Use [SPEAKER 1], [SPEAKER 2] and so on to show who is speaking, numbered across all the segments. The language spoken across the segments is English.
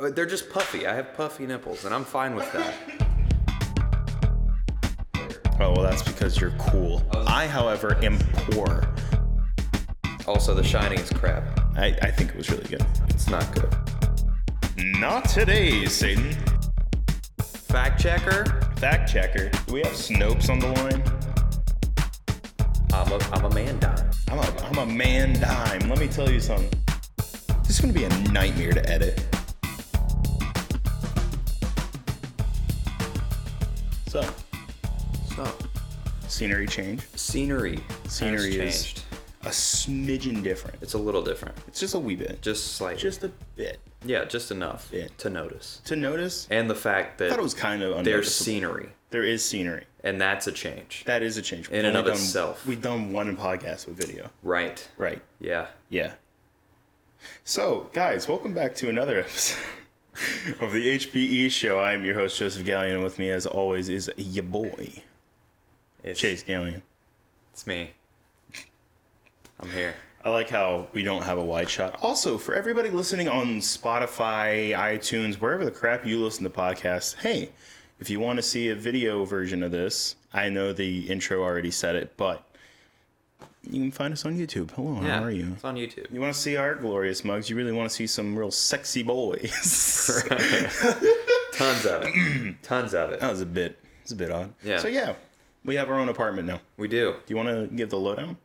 [SPEAKER 1] Uh, They're just puffy. I have puffy nipples, and I'm fine with that.
[SPEAKER 2] Oh, well, that's because you're cool. I, however, am poor.
[SPEAKER 1] Also, The Shining is crap.
[SPEAKER 2] I, I think it was really good.
[SPEAKER 1] It's not good.
[SPEAKER 2] Not today, Satan.
[SPEAKER 1] Fact checker.
[SPEAKER 2] Fact checker. Do we have Snopes on the line?
[SPEAKER 1] I'm a, I'm a man dime.
[SPEAKER 2] I'm a, I'm a man dime. Let me tell you something. This is going to be a nightmare to edit. So,
[SPEAKER 1] So,
[SPEAKER 2] scenery change.
[SPEAKER 1] scenery.
[SPEAKER 2] Scenery
[SPEAKER 1] has
[SPEAKER 2] is
[SPEAKER 1] changed.
[SPEAKER 2] a smidgen different.
[SPEAKER 1] It's a little different.
[SPEAKER 2] It's just a wee bit. Just,
[SPEAKER 1] Just slightly.
[SPEAKER 2] just a bit.
[SPEAKER 1] yeah, just enough
[SPEAKER 2] Yeah.
[SPEAKER 1] to notice.
[SPEAKER 2] To notice,
[SPEAKER 1] And the fact
[SPEAKER 2] I
[SPEAKER 1] that
[SPEAKER 2] thought it was kind of
[SPEAKER 1] there's
[SPEAKER 2] unnoticeable.
[SPEAKER 1] scenery,
[SPEAKER 2] There is scenery.
[SPEAKER 1] and that's a change.
[SPEAKER 2] That is a change.
[SPEAKER 1] In and
[SPEAKER 2] only
[SPEAKER 1] of
[SPEAKER 2] done-
[SPEAKER 1] itself.
[SPEAKER 2] We've done one podcast with video.
[SPEAKER 1] right.
[SPEAKER 2] Right.
[SPEAKER 1] Yeah.
[SPEAKER 2] Yeah. So, guys, welcome back to another episode of the HPE show. I am your host, Joseph Gallion. With me, as always, is your boy,
[SPEAKER 1] It's,
[SPEAKER 2] Chase Gallion.
[SPEAKER 1] It's me. I'm here.
[SPEAKER 2] I like how we don't have a wide shot. Also, for everybody listening on Spotify, iTunes, wherever the crap you listen to podcasts, hey, if you want to see a video version of this, I know the intro already said it, but you can find us on YouTube. Hello,
[SPEAKER 1] Yeah.
[SPEAKER 2] how are you?
[SPEAKER 1] It's on YouTube.
[SPEAKER 2] You want to see our glorious mugs? You really want to see some real sexy boys?
[SPEAKER 1] Tons of it. Tons of it.
[SPEAKER 2] that was a bit. It's a bit odd.
[SPEAKER 1] Yeah.
[SPEAKER 2] So yeah, we have our own apartment now.
[SPEAKER 1] We do.
[SPEAKER 2] Do you want to give the lowdown?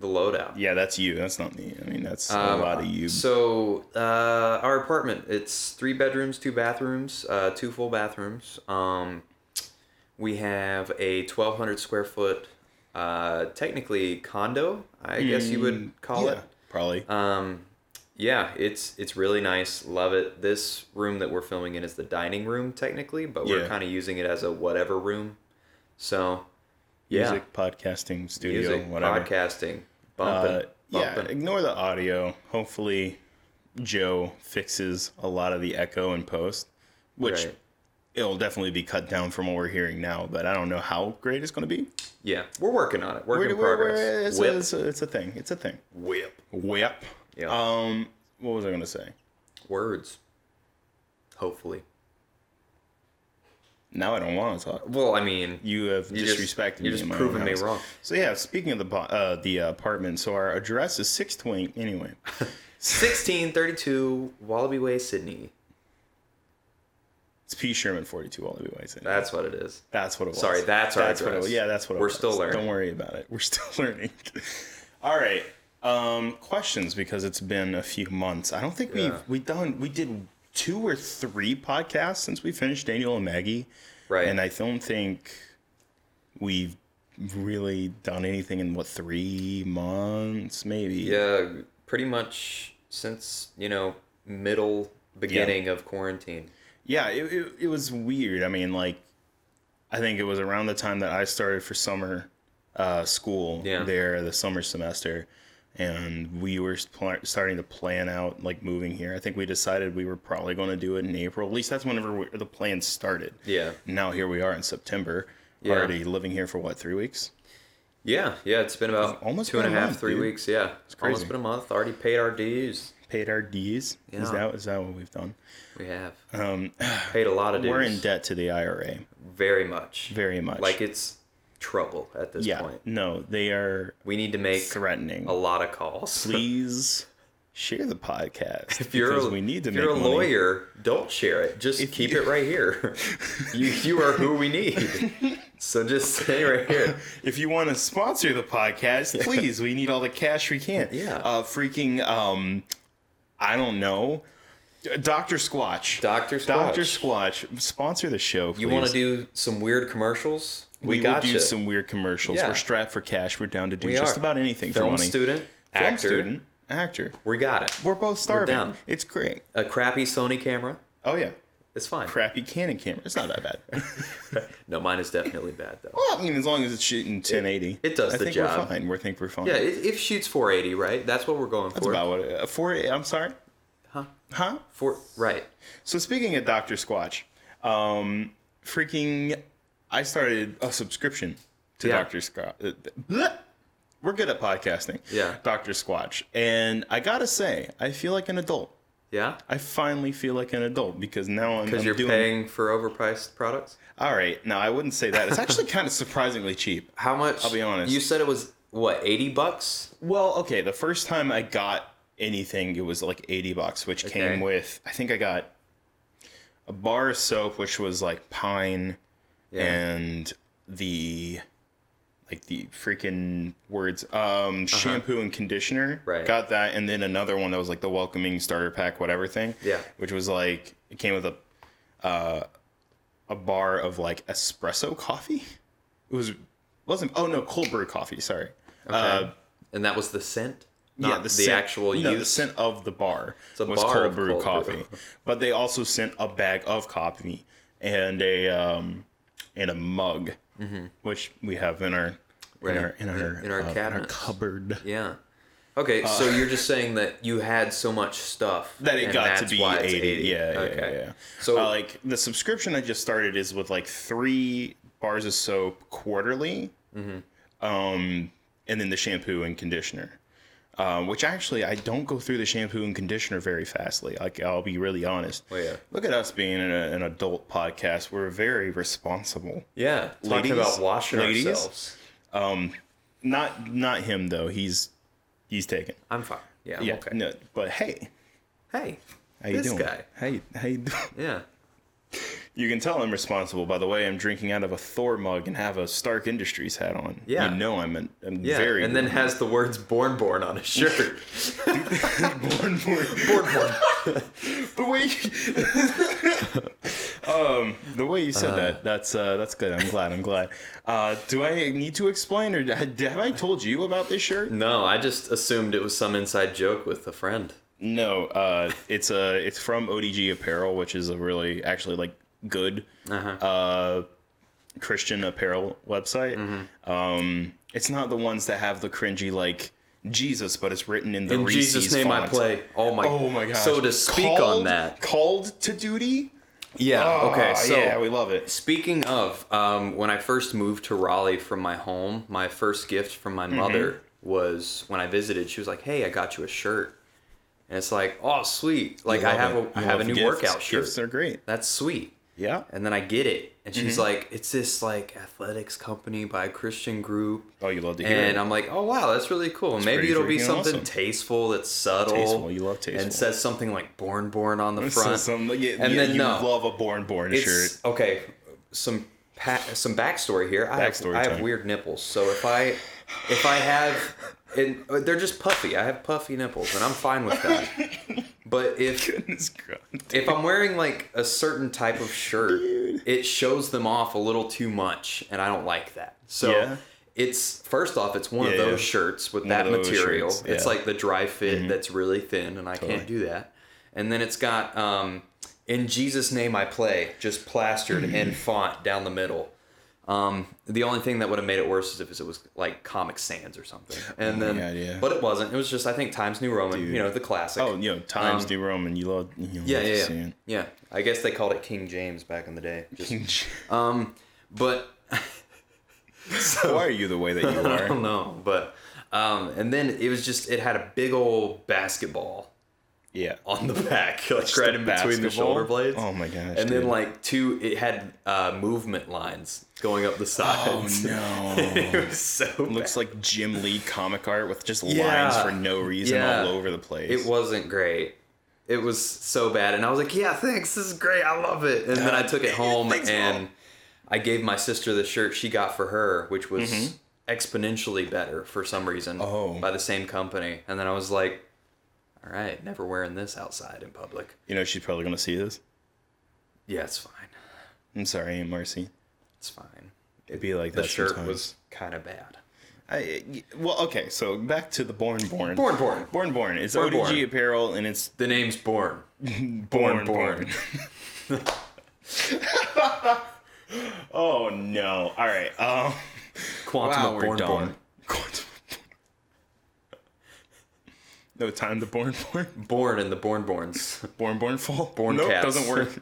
[SPEAKER 1] The loadout.
[SPEAKER 2] Yeah, that's you. That's not me. I mean, that's a lot of you.
[SPEAKER 1] Um, So uh, our apartment, it's three bedrooms, two bathrooms, uh, two full bathrooms. Um, we have a 1,200 square foot, uh, technically condo, I guess you would call
[SPEAKER 2] Mm, yeah,
[SPEAKER 1] it.
[SPEAKER 2] probably.
[SPEAKER 1] Um, yeah, it's it's really nice. Love it. This room that we're filming in is the dining room technically, but we're
[SPEAKER 2] Yeah.
[SPEAKER 1] kind of using it as a whatever room. So, yeah,
[SPEAKER 2] Music, podcasting, studio,
[SPEAKER 1] music,
[SPEAKER 2] whatever.
[SPEAKER 1] podcasting, bumping,
[SPEAKER 2] uh, yeah,
[SPEAKER 1] bumping.
[SPEAKER 2] ignore the audio. Hopefully, Joe fixes a lot of the echo in post, which
[SPEAKER 1] Right.
[SPEAKER 2] it'll definitely be cut down from what we're hearing now. But I don't know how great it's going to be.
[SPEAKER 1] Yeah, we're working on it. Work
[SPEAKER 2] We're-
[SPEAKER 1] in
[SPEAKER 2] we're-
[SPEAKER 1] progress.
[SPEAKER 2] we're- it's,
[SPEAKER 1] Whip.
[SPEAKER 2] a, it's, a, it's a thing. It's a thing.
[SPEAKER 1] Whip.
[SPEAKER 2] Whip.
[SPEAKER 1] Yeah.
[SPEAKER 2] Um, what was I gonna say?
[SPEAKER 1] Words. Hopefully.
[SPEAKER 2] Now I don't want to talk.
[SPEAKER 1] Well, I mean,
[SPEAKER 2] You have
[SPEAKER 1] You just-
[SPEAKER 2] disrespected
[SPEAKER 1] you're
[SPEAKER 2] me.
[SPEAKER 1] just
[SPEAKER 2] in my
[SPEAKER 1] proving
[SPEAKER 2] own
[SPEAKER 1] me
[SPEAKER 2] house.
[SPEAKER 1] wrong.
[SPEAKER 2] So yeah, speaking of the bo- uh, the uh, apartment, so our address is six twenty. Anyway,
[SPEAKER 1] 1632 Wallaby Way, Sydney.
[SPEAKER 2] it's P Sherman forty two Wallaby Way. Sydney.
[SPEAKER 1] That's what it is.
[SPEAKER 2] That's what it was.
[SPEAKER 1] Sorry, that's our
[SPEAKER 2] what it
[SPEAKER 1] address.
[SPEAKER 2] was. Yeah, that's what it
[SPEAKER 1] We're
[SPEAKER 2] was.
[SPEAKER 1] still learning.
[SPEAKER 2] Don't worry about it. We're still learning. All right. Um, questions because it's been a few months. I don't think
[SPEAKER 1] Yeah.
[SPEAKER 2] we've we done we did two or three podcasts since we finished Daniel and Maggie.
[SPEAKER 1] Right.
[SPEAKER 2] And I don't think we've really done anything in what three months, maybe.
[SPEAKER 1] yeah, pretty much since, you know, middle beginning of quarantine.
[SPEAKER 2] Yeah, it, it, it was weird. I mean, like, I think it was around the time that I started for summer uh, school
[SPEAKER 1] Yeah.
[SPEAKER 2] there, the summer semester, and we were pl- starting to plan out like moving here. I think we decided we were probably going to do it in April. At least that's whenever we, the plan started.
[SPEAKER 1] Yeah.
[SPEAKER 2] Now here we are in September,
[SPEAKER 1] Yeah.
[SPEAKER 2] already living here for what three weeks?
[SPEAKER 1] Yeah, yeah, it's been about
[SPEAKER 2] almost
[SPEAKER 1] almost two and a
[SPEAKER 2] been
[SPEAKER 1] half, three
[SPEAKER 2] a month, dude.
[SPEAKER 1] weeks. Yeah, it's almost
[SPEAKER 2] crazy.
[SPEAKER 1] been a month. Already paid our dues.
[SPEAKER 2] Paid our D's. Is
[SPEAKER 1] Yeah.
[SPEAKER 2] that is that what we've done?
[SPEAKER 1] We have um, paid a lot of dues.
[SPEAKER 2] We're in debt to the IRA,
[SPEAKER 1] very much,
[SPEAKER 2] very much.
[SPEAKER 1] like it's trouble at this
[SPEAKER 2] yeah,
[SPEAKER 1] point.
[SPEAKER 2] no, they are
[SPEAKER 1] We need to make
[SPEAKER 2] threatening.
[SPEAKER 1] a lot of calls.
[SPEAKER 2] please share the podcast
[SPEAKER 1] if you're
[SPEAKER 2] because
[SPEAKER 1] a,
[SPEAKER 2] we need to
[SPEAKER 1] if
[SPEAKER 2] make
[SPEAKER 1] you're a
[SPEAKER 2] money.
[SPEAKER 1] lawyer, don't share it. Just keep it right here. you you are who we need. So just stay right here.
[SPEAKER 2] If you want to sponsor the podcast, please, we need all the cash we can.
[SPEAKER 1] Yeah.
[SPEAKER 2] Uh, freaking, um, I don't know, Doctor Squatch.
[SPEAKER 1] Doctor Squatch.
[SPEAKER 2] Doctor Squatch, sponsor the show. Please.
[SPEAKER 1] You want to do some weird commercials?
[SPEAKER 2] We,
[SPEAKER 1] We,
[SPEAKER 2] will
[SPEAKER 1] got
[SPEAKER 2] do
[SPEAKER 1] you.
[SPEAKER 2] some weird commercials.
[SPEAKER 1] Yeah.
[SPEAKER 2] We're strapped for cash. We're down to do
[SPEAKER 1] We
[SPEAKER 2] just
[SPEAKER 1] are.
[SPEAKER 2] about anything for
[SPEAKER 1] film
[SPEAKER 2] money.
[SPEAKER 1] student,
[SPEAKER 2] Film
[SPEAKER 1] actor.
[SPEAKER 2] student, actor.
[SPEAKER 1] We got it.
[SPEAKER 2] We're both starving.
[SPEAKER 1] down.
[SPEAKER 2] It's great.
[SPEAKER 1] A crappy Sony camera.
[SPEAKER 2] Oh yeah,
[SPEAKER 1] It's fine.
[SPEAKER 2] crappy Canon camera. It's not that bad.
[SPEAKER 1] No, mine is definitely bad though.
[SPEAKER 2] Well, I mean, as long as it's shooting 1080,
[SPEAKER 1] it does
[SPEAKER 2] I
[SPEAKER 1] the
[SPEAKER 2] think We're
[SPEAKER 1] job.
[SPEAKER 2] fine. We think we're fine.
[SPEAKER 1] Yeah, it, it shoots 480, right? That's what we're going
[SPEAKER 2] that's
[SPEAKER 1] for.
[SPEAKER 2] about what. It, uh, four. I'm sorry.
[SPEAKER 1] Huh?
[SPEAKER 2] Huh?
[SPEAKER 1] Four. Right.
[SPEAKER 2] So speaking of Doctor Squatch, um, freaking, I started a subscription to
[SPEAKER 1] Yeah.
[SPEAKER 2] Doctor Squatch. Uh, bleh. We're good at podcasting.
[SPEAKER 1] Yeah.
[SPEAKER 2] Doctor Squatch, and I gotta say, I feel like an adult.
[SPEAKER 1] Yeah?
[SPEAKER 2] I finally feel like an adult because now I'm,
[SPEAKER 1] Because
[SPEAKER 2] I'm
[SPEAKER 1] you're
[SPEAKER 2] doing.
[SPEAKER 1] paying for overpriced products?
[SPEAKER 2] All right, no, I wouldn't say that. It's actually kind of surprisingly cheap.
[SPEAKER 1] How much?
[SPEAKER 2] I'll be honest.
[SPEAKER 1] You said it was, what, 80 bucks?
[SPEAKER 2] Well, okay, the first time I got anything, it was like 80 bucks, which
[SPEAKER 1] Okay.
[SPEAKER 2] came with, I think I got a bar of soap, which was like pine
[SPEAKER 1] Yeah.
[SPEAKER 2] and the, like the freaking words, um, shampoo and conditioner.
[SPEAKER 1] Uh-huh. Right.
[SPEAKER 2] Got that. And then another one that was like the welcoming starter pack, whatever thing.
[SPEAKER 1] Yeah.
[SPEAKER 2] Which was like, it came with a, uh, a bar of like espresso coffee. It was, wasn't, oh no, cold brew coffee, sorry. Uh,
[SPEAKER 1] Okay. and that was the scent? Not the,
[SPEAKER 2] scent-
[SPEAKER 1] actual
[SPEAKER 2] no,
[SPEAKER 1] use?
[SPEAKER 2] the scent of the bar
[SPEAKER 1] a
[SPEAKER 2] was
[SPEAKER 1] bar
[SPEAKER 2] cold
[SPEAKER 1] of
[SPEAKER 2] brew
[SPEAKER 1] cold
[SPEAKER 2] coffee,
[SPEAKER 1] brew.
[SPEAKER 2] but they also sent a bag of coffee and a um, and a mug, which we have in our
[SPEAKER 1] Mm-hmm. Right.
[SPEAKER 2] in our uh, in our,
[SPEAKER 1] In our cabinets.
[SPEAKER 2] cupboard.
[SPEAKER 1] Yeah. Okay, so you're just saying that you had so much stuff
[SPEAKER 2] Uh, That it
[SPEAKER 1] and
[SPEAKER 2] got to
[SPEAKER 1] that's
[SPEAKER 2] be
[SPEAKER 1] why it's
[SPEAKER 2] 80. Yeah, yeah,
[SPEAKER 1] okay.
[SPEAKER 2] yeah, yeah.
[SPEAKER 1] So
[SPEAKER 2] So Uh, like the subscription I just started is with like three bars of soap quarterly,
[SPEAKER 1] Mm-hmm.
[SPEAKER 2] um, and then the shampoo and conditioner. Um, which actually I don't go through the shampoo and conditioner very fastly. Like I'll be really honest.
[SPEAKER 1] Well, Oh, yeah.
[SPEAKER 2] Look at us being an, an adult podcast. We're very responsible.
[SPEAKER 1] yeah, talking
[SPEAKER 2] Ladies?
[SPEAKER 1] about washing
[SPEAKER 2] Ladies?
[SPEAKER 1] ourselves.
[SPEAKER 2] Not not him though. He's he's taken.
[SPEAKER 1] I'm fine. Yeah, I'm
[SPEAKER 2] yeah.
[SPEAKER 1] okay.
[SPEAKER 2] No, but hey,
[SPEAKER 1] Hey,
[SPEAKER 2] how you
[SPEAKER 1] this
[SPEAKER 2] doing?
[SPEAKER 1] guy.
[SPEAKER 2] How you, how you doing?
[SPEAKER 1] Yeah.
[SPEAKER 2] You can tell I'm responsible by the way I'm drinking out of a Thor mug and have a Stark Industries hat on.
[SPEAKER 1] Yeah.
[SPEAKER 2] You know I'm, an, I'm
[SPEAKER 1] Yeah,
[SPEAKER 2] very
[SPEAKER 1] and then has the words "born born" on his shirt.
[SPEAKER 2] born for
[SPEAKER 1] born born.
[SPEAKER 2] the way you, um the way you
[SPEAKER 1] Uh-huh.
[SPEAKER 2] said that that's uh that's good. I'm glad. I'm glad. Uh do I need to explain or have I told you about this shirt?
[SPEAKER 1] No, I just assumed it was some inside joke with a friend.
[SPEAKER 2] No, uh, it's a it's from ODG Apparel, which is a really actually like good
[SPEAKER 1] Uh-huh.
[SPEAKER 2] uh Christian apparel website.
[SPEAKER 1] Mm-hmm.
[SPEAKER 2] Um, it's not the ones that have the cringy like Jesus, but it's written in the
[SPEAKER 1] In
[SPEAKER 2] Reese's
[SPEAKER 1] Jesus' name, I
[SPEAKER 2] font.
[SPEAKER 1] play. Oh my.
[SPEAKER 2] Oh my gosh!
[SPEAKER 1] So to speak on
[SPEAKER 2] Called-
[SPEAKER 1] that. Oh,
[SPEAKER 2] called to duty.
[SPEAKER 1] Yeah. okay.
[SPEAKER 2] Ah,
[SPEAKER 1] So
[SPEAKER 2] yeah, we love it.
[SPEAKER 1] Speaking of, um, when I first moved to Raleigh from my home, my first gift from
[SPEAKER 2] Mm-hmm.
[SPEAKER 1] my mother was when I visited. She was like, "Hey, I got you a shirt," and it's like, "Oh, sweet! Like I
[SPEAKER 2] Love
[SPEAKER 1] have
[SPEAKER 2] it.
[SPEAKER 1] a I
[SPEAKER 2] You
[SPEAKER 1] have a
[SPEAKER 2] love
[SPEAKER 1] new
[SPEAKER 2] gifts.
[SPEAKER 1] workout shirt.
[SPEAKER 2] Gifts are Mm-hmm. great.
[SPEAKER 1] That's sweet."
[SPEAKER 2] Yeah.
[SPEAKER 1] And then I get it, and she's like, "It's this like athletics company by a Christian group."
[SPEAKER 2] Oh, you love to hear
[SPEAKER 1] And
[SPEAKER 2] it.
[SPEAKER 1] I'm like, oh wow, that's really cool. Maybe
[SPEAKER 2] pretty
[SPEAKER 1] it'll be
[SPEAKER 2] freaking
[SPEAKER 1] something
[SPEAKER 2] awesome.
[SPEAKER 1] tasteful that's subtle.
[SPEAKER 2] Tasteful, you love tasteful.
[SPEAKER 1] And says something like "born born" on the
[SPEAKER 2] So
[SPEAKER 1] front.
[SPEAKER 2] some- yeah,
[SPEAKER 1] and
[SPEAKER 2] yeah,
[SPEAKER 1] then
[SPEAKER 2] you
[SPEAKER 1] no,
[SPEAKER 2] love a born born
[SPEAKER 1] it's
[SPEAKER 2] shirt.
[SPEAKER 1] okay. Some pa- some backstory here. I
[SPEAKER 2] Backstory
[SPEAKER 1] have I have
[SPEAKER 2] time.
[SPEAKER 1] weird nipples, so if I if I have and uh, they're just puffy. I have puffy nipples, and I'm fine with that. But if
[SPEAKER 2] Goodness God.
[SPEAKER 1] if I'm wearing like a certain type of shirt,
[SPEAKER 2] Dude.
[SPEAKER 1] it shows them off a little too much, and I don't like that. So
[SPEAKER 2] Yeah.
[SPEAKER 1] it's first off, it's one of
[SPEAKER 2] Yeah, yeah.
[SPEAKER 1] those shirts with
[SPEAKER 2] of
[SPEAKER 1] that
[SPEAKER 2] those
[SPEAKER 1] material.
[SPEAKER 2] shirts,
[SPEAKER 1] It's
[SPEAKER 2] yeah. Mm-hmm.
[SPEAKER 1] like the dry fit that's really thin, and I can't do that. And then it's got um, "In Jesus' name I play" just plastered in font down the middle. Um, the only thing that would have made it worse is if it was like Comic Sans or something. And then,
[SPEAKER 2] Oh God, yeah.
[SPEAKER 1] but it wasn't. It was just I think Times New Roman, you know, the classic.
[SPEAKER 2] Oh, you know, Times New Roman. You love, you love
[SPEAKER 1] Um, Yeah,
[SPEAKER 2] to
[SPEAKER 1] yeah,
[SPEAKER 2] see
[SPEAKER 1] yeah.
[SPEAKER 2] it.
[SPEAKER 1] yeah. I guess they called it King James back in the day. Just- Uh, but
[SPEAKER 2] Why are you the way that you
[SPEAKER 1] I
[SPEAKER 2] are?
[SPEAKER 1] don't know. But um, and then it was just it had a big old basketball
[SPEAKER 2] yeah.
[SPEAKER 1] on the back, like right in between the
[SPEAKER 2] basketball?
[SPEAKER 1] shoulder blades.
[SPEAKER 2] Oh my gosh,
[SPEAKER 1] And then
[SPEAKER 2] dude.
[SPEAKER 1] like two, it had uh, movement lines going up the sides.
[SPEAKER 2] Oh, no.
[SPEAKER 1] it was so.
[SPEAKER 2] Looks like Jim Lee comic art with just lines
[SPEAKER 1] Yeah.
[SPEAKER 2] for no reason
[SPEAKER 1] Yeah.
[SPEAKER 2] all over the place.
[SPEAKER 1] bad. It wasn't great. It was so bad, and I was like, "Yeah, thanks. This is great. I love it." And then I took it home
[SPEAKER 2] Thanks,
[SPEAKER 1] and
[SPEAKER 2] Mom.
[SPEAKER 1] I gave my sister the shirt she got for her, which was exponentially better for some reason
[SPEAKER 2] Mm-hmm. Oh.
[SPEAKER 1] by the same company. And then I was like, "All right, never wearing this outside in public."
[SPEAKER 2] You know, she's probably going to see this.
[SPEAKER 1] Yeah, it's fine.
[SPEAKER 2] I'm sorry, Aunt Marcy.
[SPEAKER 1] It's fine.
[SPEAKER 2] It'd be like
[SPEAKER 1] The
[SPEAKER 2] that
[SPEAKER 1] shirt
[SPEAKER 2] sometimes.
[SPEAKER 1] was kind of bad.
[SPEAKER 2] I, y- well, okay, so back to the Born Born.
[SPEAKER 1] Born Born.
[SPEAKER 2] Born Born. It's
[SPEAKER 1] Born
[SPEAKER 2] ODG
[SPEAKER 1] Born.
[SPEAKER 2] apparel and it's
[SPEAKER 1] The name's Born.
[SPEAKER 2] Born Born.
[SPEAKER 1] Born.
[SPEAKER 2] oh, no. All right. Um,
[SPEAKER 1] Quantum
[SPEAKER 2] wow,
[SPEAKER 1] of
[SPEAKER 2] we're
[SPEAKER 1] Born
[SPEAKER 2] done.
[SPEAKER 1] Born.
[SPEAKER 2] Quantum of Born. No time to Born Born.
[SPEAKER 1] Born and the Born Borns.
[SPEAKER 2] Born Born Fall.
[SPEAKER 1] Born
[SPEAKER 2] nope,
[SPEAKER 1] cats.
[SPEAKER 2] doesn't work.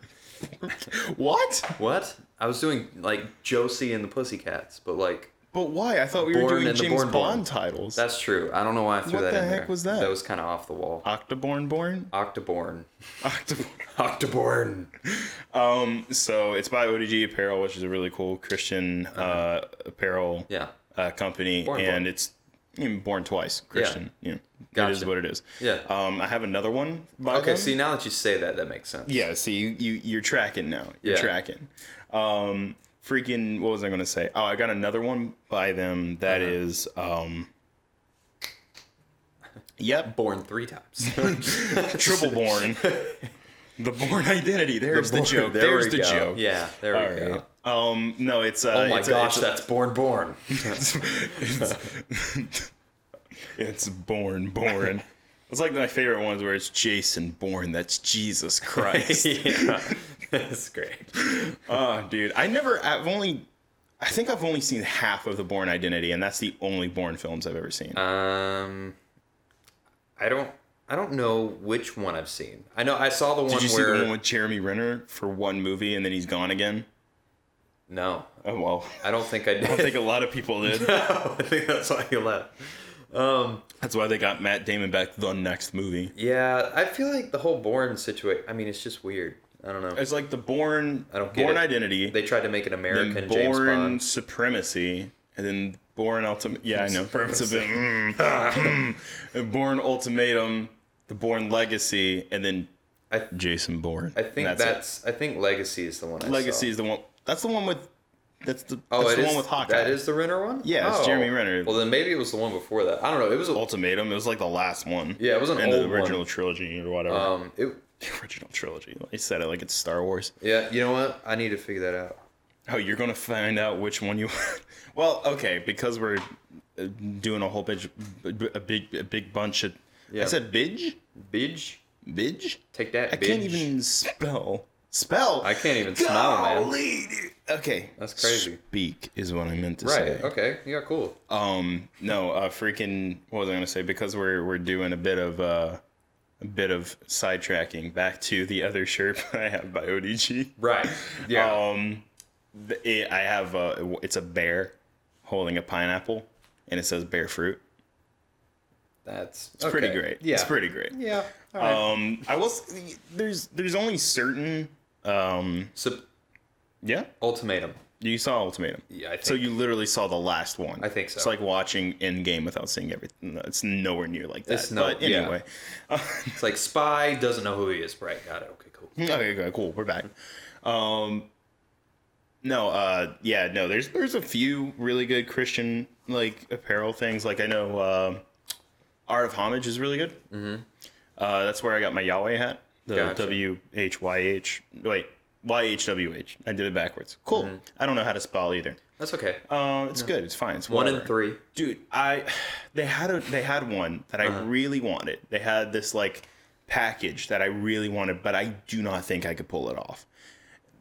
[SPEAKER 2] what?
[SPEAKER 1] What? I was doing like Josie and the Pussycats, but like
[SPEAKER 2] But why? I thought we
[SPEAKER 1] Born
[SPEAKER 2] were doing
[SPEAKER 1] and the
[SPEAKER 2] James
[SPEAKER 1] Born
[SPEAKER 2] Bond
[SPEAKER 1] Born.
[SPEAKER 2] titles.
[SPEAKER 1] That's true. I don't know why I threw
[SPEAKER 2] What
[SPEAKER 1] that
[SPEAKER 2] the
[SPEAKER 1] in
[SPEAKER 2] heck
[SPEAKER 1] there.
[SPEAKER 2] was that?
[SPEAKER 1] That was kind of off the wall.
[SPEAKER 2] Octoborn Born?
[SPEAKER 1] Octoborn.
[SPEAKER 2] Octoborn.
[SPEAKER 1] Octoborn.
[SPEAKER 2] Um, so it's by ODG Apparel, which is a really cool Christian uh, apparel
[SPEAKER 1] Uh-huh. Yeah.
[SPEAKER 2] uh, company,
[SPEAKER 1] Born
[SPEAKER 2] and
[SPEAKER 1] Born.
[SPEAKER 2] it's you know, born twice Christian. Yeah, it is
[SPEAKER 1] Gotcha.
[SPEAKER 2] what it is.
[SPEAKER 1] Yeah.
[SPEAKER 2] Um, I have another one. By
[SPEAKER 1] Okay,
[SPEAKER 2] them.
[SPEAKER 1] see, now that you say that, that makes sense.
[SPEAKER 2] um, Yeah, so you, you you're tracking now. You're
[SPEAKER 1] Yeah.
[SPEAKER 2] tracking. Um freaking what was I gonna say? Oh, I got another one by them that
[SPEAKER 1] Uh-huh.
[SPEAKER 2] is um Yep.
[SPEAKER 1] Born three times.
[SPEAKER 2] Triple born. the born identity. There's the,
[SPEAKER 1] Born-
[SPEAKER 2] joke.
[SPEAKER 1] there
[SPEAKER 2] There's
[SPEAKER 1] we
[SPEAKER 2] the
[SPEAKER 1] go.
[SPEAKER 2] joke.
[SPEAKER 1] Yeah, there
[SPEAKER 2] All
[SPEAKER 1] we go.
[SPEAKER 2] right. Um no, it's uh
[SPEAKER 1] Oh my
[SPEAKER 2] it's a-
[SPEAKER 1] gosh,
[SPEAKER 2] it's a-
[SPEAKER 1] that's born born.
[SPEAKER 2] It's born, born. It's like my favorite ones where it's Jason Bourne. That's Jesus Christ.
[SPEAKER 1] yeah, that's great.
[SPEAKER 2] oh, dude. I never, I've only, I think I've only seen half of the Bourne identity, and that's the only Bourne films I've ever seen.
[SPEAKER 1] Um, I don't, I don't know which one I've seen. I know I saw the one
[SPEAKER 2] Did you see
[SPEAKER 1] where
[SPEAKER 2] the one with Jeremy Renner for one movie and then he's gone again?
[SPEAKER 1] no,
[SPEAKER 2] Oh, well.
[SPEAKER 1] I don't think I did.
[SPEAKER 2] I think a lot of people did.
[SPEAKER 1] I think that's why you left.
[SPEAKER 2] That's why they got Matt Damon back the next movie.
[SPEAKER 1] Yeah, I feel like the whole Bourne situation. I mean, it's just weird. I don't know.
[SPEAKER 2] It's like the Bourne,
[SPEAKER 1] don't get
[SPEAKER 2] Bourne
[SPEAKER 1] it.
[SPEAKER 2] identity,
[SPEAKER 1] They tried to make an
[SPEAKER 2] then
[SPEAKER 1] American James
[SPEAKER 2] Bourne
[SPEAKER 1] Bond.
[SPEAKER 2] Supremacy, and then Born Ultimate. Yeah, I know. It's a bit, Born Ultimatum, the Born Legacy, and then
[SPEAKER 1] I,
[SPEAKER 2] Jason Bourne.
[SPEAKER 1] I think
[SPEAKER 2] And
[SPEAKER 1] that's.
[SPEAKER 2] it.
[SPEAKER 1] I think Legacy is the one. I
[SPEAKER 2] Legacy
[SPEAKER 1] Saw.
[SPEAKER 2] is the one. That's the one with. That's the.
[SPEAKER 1] Oh,
[SPEAKER 2] that's
[SPEAKER 1] it
[SPEAKER 2] the
[SPEAKER 1] is-
[SPEAKER 2] one with Hawkeye.
[SPEAKER 1] That is the Renner one.
[SPEAKER 2] Yeah, it's
[SPEAKER 1] Oh.
[SPEAKER 2] Jeremy Renner.
[SPEAKER 1] Well, then maybe it was the one before that. I don't know. It was a,
[SPEAKER 2] Ultimatum. It was like the last one.
[SPEAKER 1] Yeah, it was an
[SPEAKER 2] in
[SPEAKER 1] old
[SPEAKER 2] the
[SPEAKER 1] one.
[SPEAKER 2] original trilogy or whatever.
[SPEAKER 1] um. It,
[SPEAKER 2] the original trilogy. I said it like it's Star Wars.
[SPEAKER 1] yeah, you know what? I need to figure that out.
[SPEAKER 2] Oh, you're gonna find out which one you. well, okay, because we're uh, doing a whole bitch, a big, a big bunch of.
[SPEAKER 1] Yeah.
[SPEAKER 2] I said bidge,
[SPEAKER 1] Bidge,
[SPEAKER 2] bidge.
[SPEAKER 1] take that.
[SPEAKER 2] I can't even spell. Spell.
[SPEAKER 1] I can't even smile, man.
[SPEAKER 2] Golly, dude. Okay.
[SPEAKER 1] That's crazy.
[SPEAKER 2] Speak is what I meant to say.
[SPEAKER 1] Right. Okay. Yeah. Cool.
[SPEAKER 2] Um. No. Uh. Freaking. What was I gonna say? Because we're we're doing a bit of uh, a bit of sidetracking back to the other shirt I have by ODG.
[SPEAKER 1] Right. Yeah.
[SPEAKER 2] Um, the- it, I have a, it's a bear holding a pineapple, and it says bear fruit.
[SPEAKER 1] That's
[SPEAKER 2] It's pretty great.
[SPEAKER 1] Yeah.
[SPEAKER 2] it's pretty great.
[SPEAKER 1] Yeah. All right.
[SPEAKER 2] Um, I will. s- There's there's only certain. Um,
[SPEAKER 1] so,
[SPEAKER 2] yeah,
[SPEAKER 1] ultimatum.
[SPEAKER 2] you saw Ultimatum.
[SPEAKER 1] Yeah. I think,
[SPEAKER 2] So you literally saw the last one.
[SPEAKER 1] I think so.
[SPEAKER 2] It's like watching Endgame without seeing everything. No, It's nowhere near like that.
[SPEAKER 1] It's not-
[SPEAKER 2] but anyway.
[SPEAKER 1] it's like spy doesn't know who he is. Right. Got it. Okay. Cool.
[SPEAKER 2] Okay, okay, cool. We're back. Um, no, uh, yeah, no. There's there's a few really good Christian like apparel things. Like I know uh, Art of Homage is really good. Mm-hmm. Uh, that's where I got my Yahweh hat. The
[SPEAKER 1] Gotcha.
[SPEAKER 2] W H Y H. Wait, Y H W H. I did it backwards. Cool.
[SPEAKER 1] Mm-hmm.
[SPEAKER 2] I don't know how to spell either.
[SPEAKER 1] That's okay.
[SPEAKER 2] Uh, it's good. It's fine. It's
[SPEAKER 1] One
[SPEAKER 2] whatever.
[SPEAKER 1] and three.
[SPEAKER 2] Dude, I they had a they had one that
[SPEAKER 1] Uh-huh.
[SPEAKER 2] I really wanted. They had this like package that I really wanted, but I do not think I could pull it off.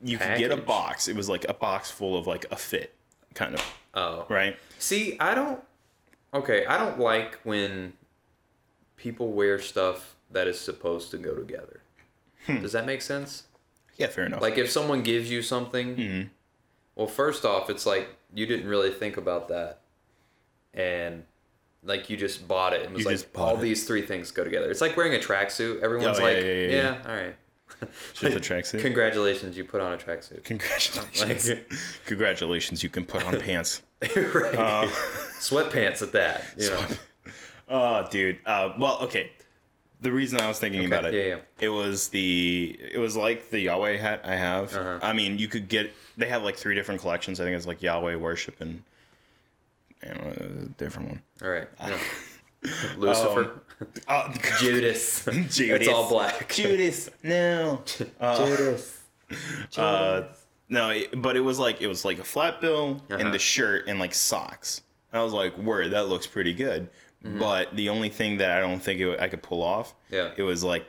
[SPEAKER 2] You could get a
[SPEAKER 1] Package?
[SPEAKER 2] box. It was like a box full of like a fit kind of,
[SPEAKER 1] Oh.
[SPEAKER 2] right?
[SPEAKER 1] See, I don't. Okay, I don't like when people wear stuff that is supposed to go together.
[SPEAKER 2] Hmm.
[SPEAKER 1] Does that make sense?
[SPEAKER 2] Yeah, fair enough.
[SPEAKER 1] Like if someone gives you something,
[SPEAKER 2] Hmm.
[SPEAKER 1] well, first off, it's like you didn't really think about that, and like you just bought it and was
[SPEAKER 2] You
[SPEAKER 1] like,
[SPEAKER 2] just bought
[SPEAKER 1] all
[SPEAKER 2] it.
[SPEAKER 1] these three things go together. It's like wearing a tracksuit. Everyone's
[SPEAKER 2] yeah,
[SPEAKER 1] like,
[SPEAKER 2] yeah,
[SPEAKER 1] yeah,
[SPEAKER 2] yeah, yeah,
[SPEAKER 1] all right.
[SPEAKER 2] just a tracksuit.
[SPEAKER 1] Congratulations, you put on a tracksuit.
[SPEAKER 2] Congratulations.
[SPEAKER 1] Like-
[SPEAKER 2] Congratulations, you can put on pants.
[SPEAKER 1] right.
[SPEAKER 2] Uh,
[SPEAKER 1] Sweatpants at that. You know.
[SPEAKER 2] Oh, dude. Uh, well, okay. The reason I was thinking about it,
[SPEAKER 1] yeah, yeah.
[SPEAKER 2] it was the it was like the Yahweh hat I have.
[SPEAKER 1] Uh-huh.
[SPEAKER 2] I mean, you could get they have like three different collections. I think it's like Yahweh worship and, and uh, a different one.
[SPEAKER 1] All right. yeah. Lucifer.
[SPEAKER 2] Oh,
[SPEAKER 1] Judas. It's
[SPEAKER 2] Um, Judas.
[SPEAKER 1] all black.
[SPEAKER 2] Judas, no.
[SPEAKER 1] Judas.
[SPEAKER 2] Uh, no, it, but it was like it was like a flat bill
[SPEAKER 1] Uh-huh.
[SPEAKER 2] and the shirt and like socks. I was like, "Word, that looks pretty good." But the only thing that I don't think it, I could pull off,
[SPEAKER 1] Mm-hmm. Yeah.
[SPEAKER 2] it was like